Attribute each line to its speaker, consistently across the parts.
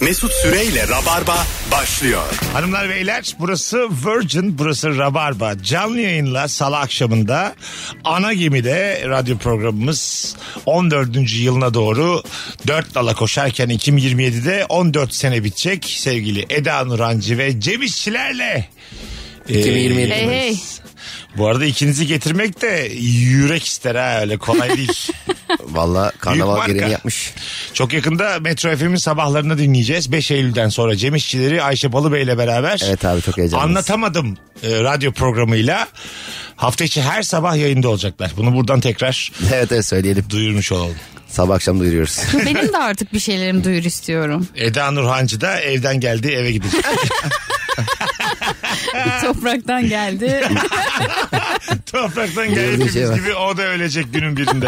Speaker 1: Mesut Süreyle Rabarba başlıyor.
Speaker 2: Hanımlar beyler burası Virgin burası Rabarba canlı yayınla salı akşamında ana gemide radyo programımız 14. yılına doğru 4 dala koşarken 2027'de 14 sene bitecek sevgili Eda Nurancı ve Cem İşçilerle. Ee,
Speaker 3: 2027.
Speaker 4: Hey hey.
Speaker 2: Bu arada ikinizi getirmek de yürek ister ha öyle kolay değil.
Speaker 3: Valla hani. karnaval
Speaker 2: marka.
Speaker 3: gereğini yapmış.
Speaker 2: Çok yakında Metro FM'in sabahlarını dinleyeceğiz. 5 Eylül'den sonra Cem İşçileri Ayşe Balıbey ile beraber.
Speaker 3: Evet abi, çok heyecanlıyız.
Speaker 2: Anlatamadım e, radyo programıyla. Hafta içi her sabah yayında olacaklar. Bunu buradan tekrar
Speaker 3: Evet evet söyleyelim.
Speaker 2: duyurmuş olalım.
Speaker 3: Sabah akşam duyuruyoruz.
Speaker 4: Benim de artık bir şeylerim duyur istiyorum.
Speaker 2: Eda Nurhancı da evden geldi eve gidecek.
Speaker 4: Topraktan geldi.
Speaker 2: Topraktan
Speaker 3: Böyle bir
Speaker 2: geldi hepimiz
Speaker 3: şey var.
Speaker 2: gibi o da ölecek günün birinde.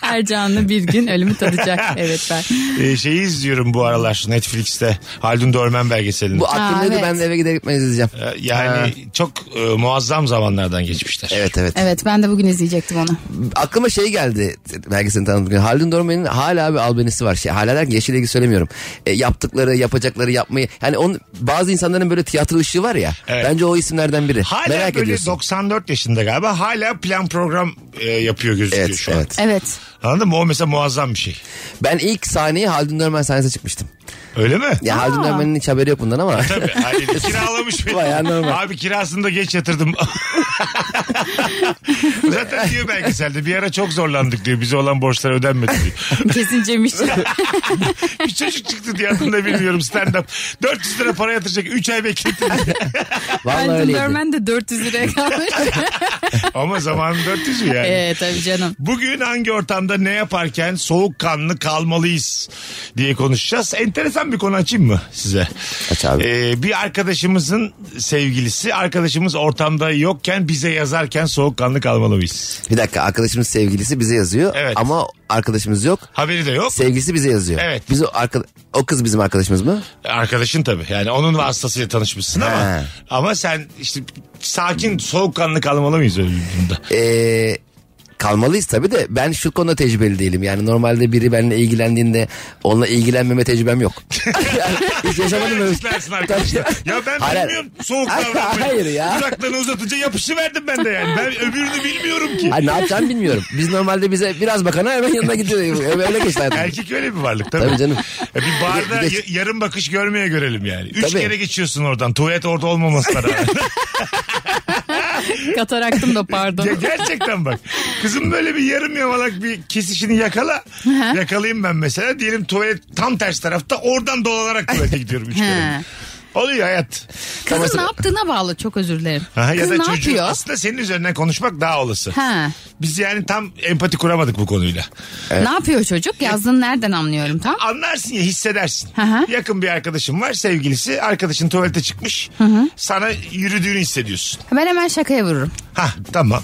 Speaker 4: Her canlı bir gün ölümü tadacak. Evet ben.
Speaker 2: e, şeyi izliyorum bu aralar Netflix'te. Haldun Dörmen belgeselini.
Speaker 3: Bu aklımdaydı
Speaker 4: evet.
Speaker 3: ben de eve gider gitmez izleyeceğim.
Speaker 2: E, yani
Speaker 3: Ha.
Speaker 2: çok e, muazzam zamanlardan geçmişler.
Speaker 3: Evet evet.
Speaker 4: Evet ben de bugün izleyecektim onu.
Speaker 3: Aklıma şey geldi belgesini tanıtırken. Haldun Dorman'ın hala bir albenisi var. Şey, hala derken yeşil ilgi söylemiyorum. E, yaptıkları, yapacakları, yapmayı. Yani on, bazı insanların böyle tiyatro ışığı var ya.
Speaker 2: Evet.
Speaker 3: Bence o isimlerden biri.
Speaker 2: Hala
Speaker 3: Merak
Speaker 2: böyle
Speaker 3: ediyorsun.
Speaker 2: 94 yaşında galiba hala plan program e, yapıyor gözüküyor
Speaker 3: Evet,
Speaker 2: şu an.
Speaker 3: evet.
Speaker 4: Evet.
Speaker 2: Anladın mı? O mesela muazzam bir şey.
Speaker 3: Ben ilk sahneye Haldun Dorman sahnesine çıkmıştım.
Speaker 2: Öyle mi?
Speaker 3: Ya Haldun Dorman'ın hiç haberi yok bundan ama.
Speaker 2: E, Tabii. Hayır, kiralamış beni.
Speaker 3: Bayağı normal.
Speaker 2: Abi kirasını da geç yatırdım. Zaten diyor belgeselde bir ara çok zorlandık diyor. Bize olan borçlar ödenmedi diyor.
Speaker 4: Kesin Cem İşçi.
Speaker 2: Bir çocuk çıktı diye adını da bilmiyorum stand up. 400 lira para yatıracak 3 ay bekletti.
Speaker 3: Vallahi
Speaker 4: Haldun
Speaker 3: öyleydi.
Speaker 4: Dörmen de 400 liraya kalmış.
Speaker 2: Ama zamanı 400 mü yani?
Speaker 4: evet tabii canım.
Speaker 2: Bugün hangi ortamda ne yaparken soğukkanlı kalmalıyız diye konuşacağız. Enteresan bir konu açayım mı size?
Speaker 3: Aç abi.
Speaker 2: Ee, bir arkadaşımızın sevgilisi arkadaşımız ortamda yokken bize yazarken soğukkanlı kalmalı mıyız?
Speaker 3: Bir dakika arkadaşımız sevgilisi bize yazıyor.
Speaker 2: Evet.
Speaker 3: Ama arkadaşımız yok.
Speaker 2: Haberi de yok.
Speaker 3: Sevgilisi bize yazıyor.
Speaker 2: Evet.
Speaker 3: Biz o, arka- o kız bizim arkadaşımız mı?
Speaker 2: Arkadaşın tabii. Yani onun vasıtasıyla tanışmışsın ama
Speaker 3: He.
Speaker 2: ama sen işte sakin soğukkanlı kalmalı mıyız öyle bir durumda?
Speaker 3: Ee, kalmalıyız tabii de ben şu konuda tecrübeli değilim. Yani normalde biri benimle ilgilendiğinde onunla ilgilenmeme tecrübem yok. yani hiç yaşamadım öyle. şey.
Speaker 2: Açıklarsın arkadaşlar. Ya ben
Speaker 3: Hayır,
Speaker 2: bilmiyorum soğuk
Speaker 3: hayır.
Speaker 2: davranmayı.
Speaker 3: Hayır ya.
Speaker 2: Dudaklarını uzatınca yapışıverdim ben de yani. Ben öbürünü bilmiyorum ki.
Speaker 3: Ay, ne yapacağımı bilmiyorum. Biz normalde bize biraz bakana hemen yanına gidiyor. Öyle geçti hayatım.
Speaker 2: Erkek öyle bir varlık tabii.
Speaker 3: Tabii canım.
Speaker 2: Ya bir barda
Speaker 3: Bir de-
Speaker 2: ya- yarım bakış görmeye görelim yani. Üç
Speaker 3: Tabii.
Speaker 2: kere geçiyorsun oradan. Tuvalet orada olmaması da rağmen.
Speaker 4: Kataraktım da
Speaker 2: Ya
Speaker 4: pardon.
Speaker 2: gerçekten bak. Kızım böyle bir yarım yamalak bir kesişini yakala. Yakalayayım ben mesela. Diyelim tuvalet tam ters tarafta. Oradan dolanarak tuvalete gidiyorum üç kere.
Speaker 4: He.
Speaker 2: Oluyor hayat.
Speaker 4: Kızın ne yaptığına bağlı çok özür dilerim.
Speaker 2: Aha, ya
Speaker 4: Kız
Speaker 2: da
Speaker 4: ne
Speaker 2: çocuğun
Speaker 4: yapıyor?
Speaker 2: aslında senin üzerinden konuşmak daha olası.
Speaker 4: Ha.
Speaker 2: Biz yani tam empati kuramadık bu konuyla.
Speaker 4: Ne yapıyor çocuk? Yazdığını nereden anlıyorum tam?
Speaker 2: Anlarsın ya hissedersin.
Speaker 4: Hı hı.
Speaker 2: Yakın bir arkadaşın var sevgilisi. Arkadaşın tuvalete çıkmış. Sana yürüdüğünü hissediyorsun.
Speaker 4: Ben hemen şakaya vururum.
Speaker 2: Ha tamam.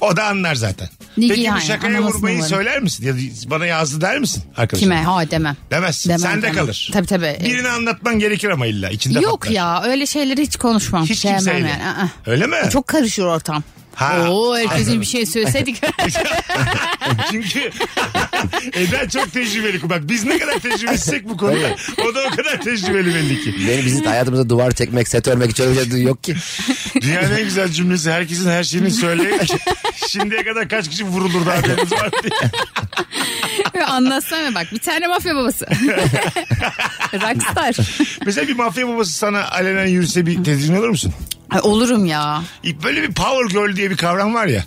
Speaker 2: O da anlar zaten.
Speaker 4: Niye
Speaker 2: Peki bu
Speaker 4: yani?
Speaker 2: şakaya
Speaker 4: Anlamasın
Speaker 2: vurmayı
Speaker 4: umarım.
Speaker 2: söyler misin? Ya da bana yazdı der misin arkadaşım?
Speaker 4: Kime? Ha demem.
Speaker 2: Demezsin.
Speaker 4: Demem,
Speaker 2: Sende
Speaker 4: demem.
Speaker 2: kalır.
Speaker 4: Tabii, tabii.
Speaker 2: Birini anlatman gerekir ama illa içinde
Speaker 4: Yok
Speaker 2: patlar.
Speaker 4: ya öyle şeyleri hiç konuşmam.
Speaker 2: Hiç
Speaker 4: Sevmem
Speaker 2: kimseyle.
Speaker 4: yani. Aa.
Speaker 2: Öyle mi?
Speaker 4: Çok karışır ortam.
Speaker 2: Ha.
Speaker 4: Oo herkesin bir şey söyleseydik.
Speaker 2: Çünkü Eda çok tecrübeli. Bak biz ne kadar tecrübesizsek bu konuda. O da o kadar tecrübeli belli ki.
Speaker 3: Benim bizim hayatımızda duvar çekmek, set örmek hiç öyle bir şey yok ki.
Speaker 2: Dünyanın en güzel cümlesi herkesin her şeyini söyleyip şimdiye kadar kaç kişi vurulur daha haberiniz var diye.
Speaker 4: Anlatsana bak bir tane mafya babası. Rockstar.
Speaker 2: Mesela bir mafya babası sana alenen yürüse bir tedirgin olur musun?
Speaker 4: Ay, olurum ya.
Speaker 2: Böyle bir power girl diye bir kavram var ya.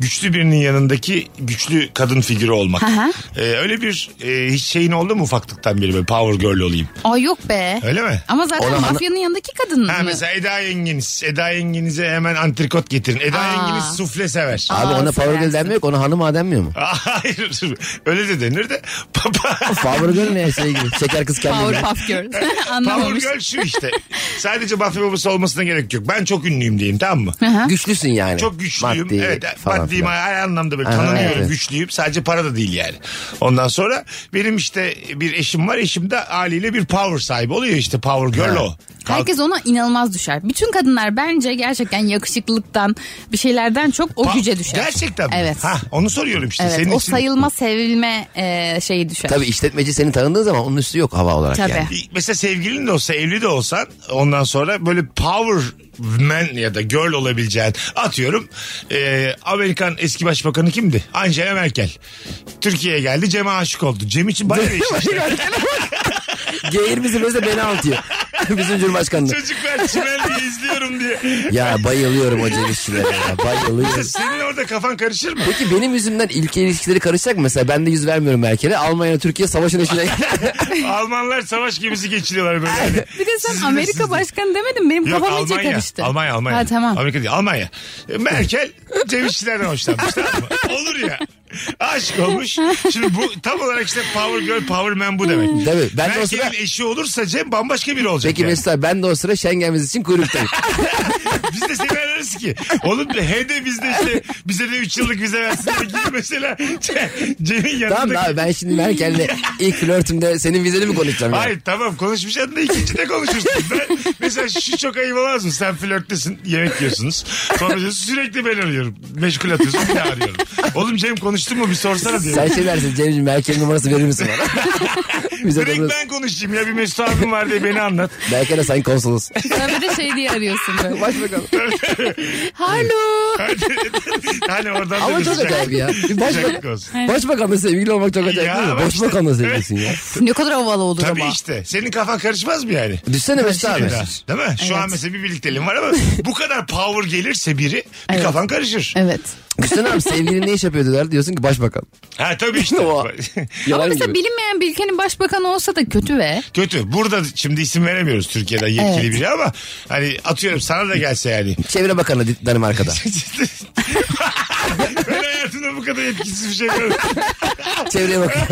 Speaker 2: Güçlü birinin yanındaki güçlü kadın figürü olmak.
Speaker 4: hı.
Speaker 2: Ee, öyle bir e, hiç şeyin oldu mu ufaklıktan beri böyle power girl olayım?
Speaker 4: Ay yok be.
Speaker 2: Öyle mi?
Speaker 4: Ama zaten
Speaker 3: Ona-
Speaker 4: mafyanın yanındaki kadın
Speaker 2: Ha
Speaker 4: mı?
Speaker 2: mesela Eda Yenginiz. Eda Yenginize hemen antrikot getirin. Eda
Speaker 4: Aa.
Speaker 2: Yenginiz sufle sever.
Speaker 3: Abi
Speaker 4: Aa,
Speaker 3: ona power girl
Speaker 4: seversin.
Speaker 3: denmiyor ki, ona hanım ağa denmiyor mu?
Speaker 2: Hayır. Öyle de denir de.
Speaker 3: Power girl ne şey gibi? Şeker kız kendini.
Speaker 4: Powerpuff Girls.
Speaker 2: Power
Speaker 4: Anlamamış.
Speaker 2: Girl şu işte. Sadece Buffy babası olmasına gerek yok. Ben çok ünlüyüm diyeyim tamam mı?
Speaker 3: Güçlüsün yani.
Speaker 2: Çok güçlüyüm.
Speaker 3: Maddi
Speaker 2: evet,
Speaker 3: falan
Speaker 2: maddiyim
Speaker 3: filan.
Speaker 2: her anlamda böyle
Speaker 3: Aha,
Speaker 2: tanınıyorum,
Speaker 3: evet.
Speaker 2: güçlüyüm. Sadece para da değil yani. Ondan sonra benim işte bir eşim var. Eşim de haliyle bir power sahibi oluyor işte power girl o.
Speaker 4: Herkes ona inanılmaz düşer. Bütün kadınlar bence gerçekten yakışıklılıktan bir şeylerden çok o
Speaker 2: Pa-
Speaker 4: güce düşer.
Speaker 2: Gerçekten mi?
Speaker 4: Evet.
Speaker 2: Hah, onu soruyorum işte.
Speaker 4: Evet,
Speaker 2: Senin
Speaker 4: o
Speaker 2: için-
Speaker 4: sayılma sevilme e, şeyi düşer.
Speaker 3: Tabii işletmeci seni tanıdığı zaman onun üstü yok hava olarak
Speaker 4: Tabii.
Speaker 3: yani.
Speaker 2: Mesela sevgilin de olsa evli de olsan ondan sonra böyle power man ya da girl olabileceğin atıyorum e, Amerikan eski başbakanı kimdi? Angela Merkel. Türkiye'ye geldi Cem'e aşık oldu. Cem için bayağı değişmişti.
Speaker 3: Geğir bizim özde beni anlatıyor. bizim Cumhurbaşkanlığı.
Speaker 2: Çocuklar Çimenli'yi izliyorum diye.
Speaker 3: Ya bayılıyorum o cevizçilere ya bayılıyorum.
Speaker 2: Senin orada kafan karışır mı?
Speaker 3: Peki benim yüzümden ülke ilişkileri karışacak mı? Mesela ben de yüz vermiyorum Merkel'e. Almanya Türkiye savaşın içine.
Speaker 2: Almanlar savaş gemisi geçiriyorlar böyle. Hani.
Speaker 4: Bir de sen Amerika başkanı demedin benim
Speaker 2: Yok
Speaker 4: kafam iyice
Speaker 2: Almanya.
Speaker 4: karıştı.
Speaker 2: Almanya Almanya.
Speaker 4: Ha tamam.
Speaker 2: Amerika değil Almanya. E, Merkel cevizçilerden hoşlanmış tamam mı? Olur ya. Aşık olmuş. Şimdi bu tam olarak işte power girl power man bu demek.
Speaker 3: Hmm. Tabii, ben de o
Speaker 2: Merkel'in
Speaker 3: sıra-
Speaker 2: eşi olursa Cem bambaşka biri olacak.
Speaker 3: Peki
Speaker 2: yani.
Speaker 3: Mesut abi ben de o sıra Schengen vizesi için kuyruktayım.
Speaker 2: Biz de seni ararız ki. Oğlum he de bizde işte bize de 3 yıllık vize versin de gibi mesela Ce- Cem'in yanında.
Speaker 3: tamam da abi ben şimdi Merkel'le ilk flörtümde senin vizeni mi konuşacağım? Yani?
Speaker 2: Hayır tamam konuşmayacaksın da ikinci de konuşursun. Ben, mesela şu çok ayıp olmaz mı? Sen flörttesin yemek yiyorsunuz. Sonra diyorsun, sürekli ben arıyorum. Meşgul atıyorsun bir daha arıyorum. Oğlum Cem konuştun mu bir sorsana diyor.
Speaker 3: Sen şey dersin Cem'ciğim Merkel'in numarası verir misin bana? Bize
Speaker 2: Direkt
Speaker 3: numarası-
Speaker 2: ben konuşayım ya bir Mesut abim var diye beni anlat.
Speaker 3: Merkel'e sen konsolos.
Speaker 4: Tabii de şey diye arıyorsun böyle.
Speaker 3: Başbakan.
Speaker 4: Halo.
Speaker 2: Hani oradan da
Speaker 3: Ama
Speaker 2: bir
Speaker 3: çok
Speaker 2: sıcak-
Speaker 3: acayip ya. Bir
Speaker 2: sıcaklık
Speaker 3: Başbakan,
Speaker 2: olsun.
Speaker 3: başbakanla sevgili olmak çok acayip
Speaker 2: Ya
Speaker 3: değil mi?
Speaker 2: bak
Speaker 3: Başbakanla
Speaker 2: işte.
Speaker 3: sevgilisin ya.
Speaker 4: ne kadar havalı olur
Speaker 2: Tabii
Speaker 4: ama.
Speaker 2: işte. Senin kafan karışmaz mı yani?
Speaker 3: Düşsene Mesut abi.
Speaker 2: Daha, Değil mi? Şu an
Speaker 4: Evet.
Speaker 2: mesela bir birlikteliğin var ama bu kadar power gelirse biri bir
Speaker 4: Evet.
Speaker 2: kafan karışır.
Speaker 4: Evet.
Speaker 3: Düşsene abi sevgilin ne iş yapıyor diyorlar diyorsun ki başbakan.
Speaker 2: Ha tabii işte.
Speaker 3: O-
Speaker 4: Ama
Speaker 3: Yalan
Speaker 4: mesela
Speaker 3: gibi.
Speaker 4: bilinmeyen bir ülkenin başbakanı olsa da kötü ve
Speaker 2: Kötü. Burada şimdi isim veremiyoruz Türkiye'den yetkili
Speaker 4: Evet.
Speaker 2: biri ama hani atıyorum sana da gelse yani.
Speaker 3: Çevre Bakanı Danimarka'da.
Speaker 2: ben hayatımda bu kadar etkisiz bir şey görmedim.
Speaker 3: Çevreye Bakanı.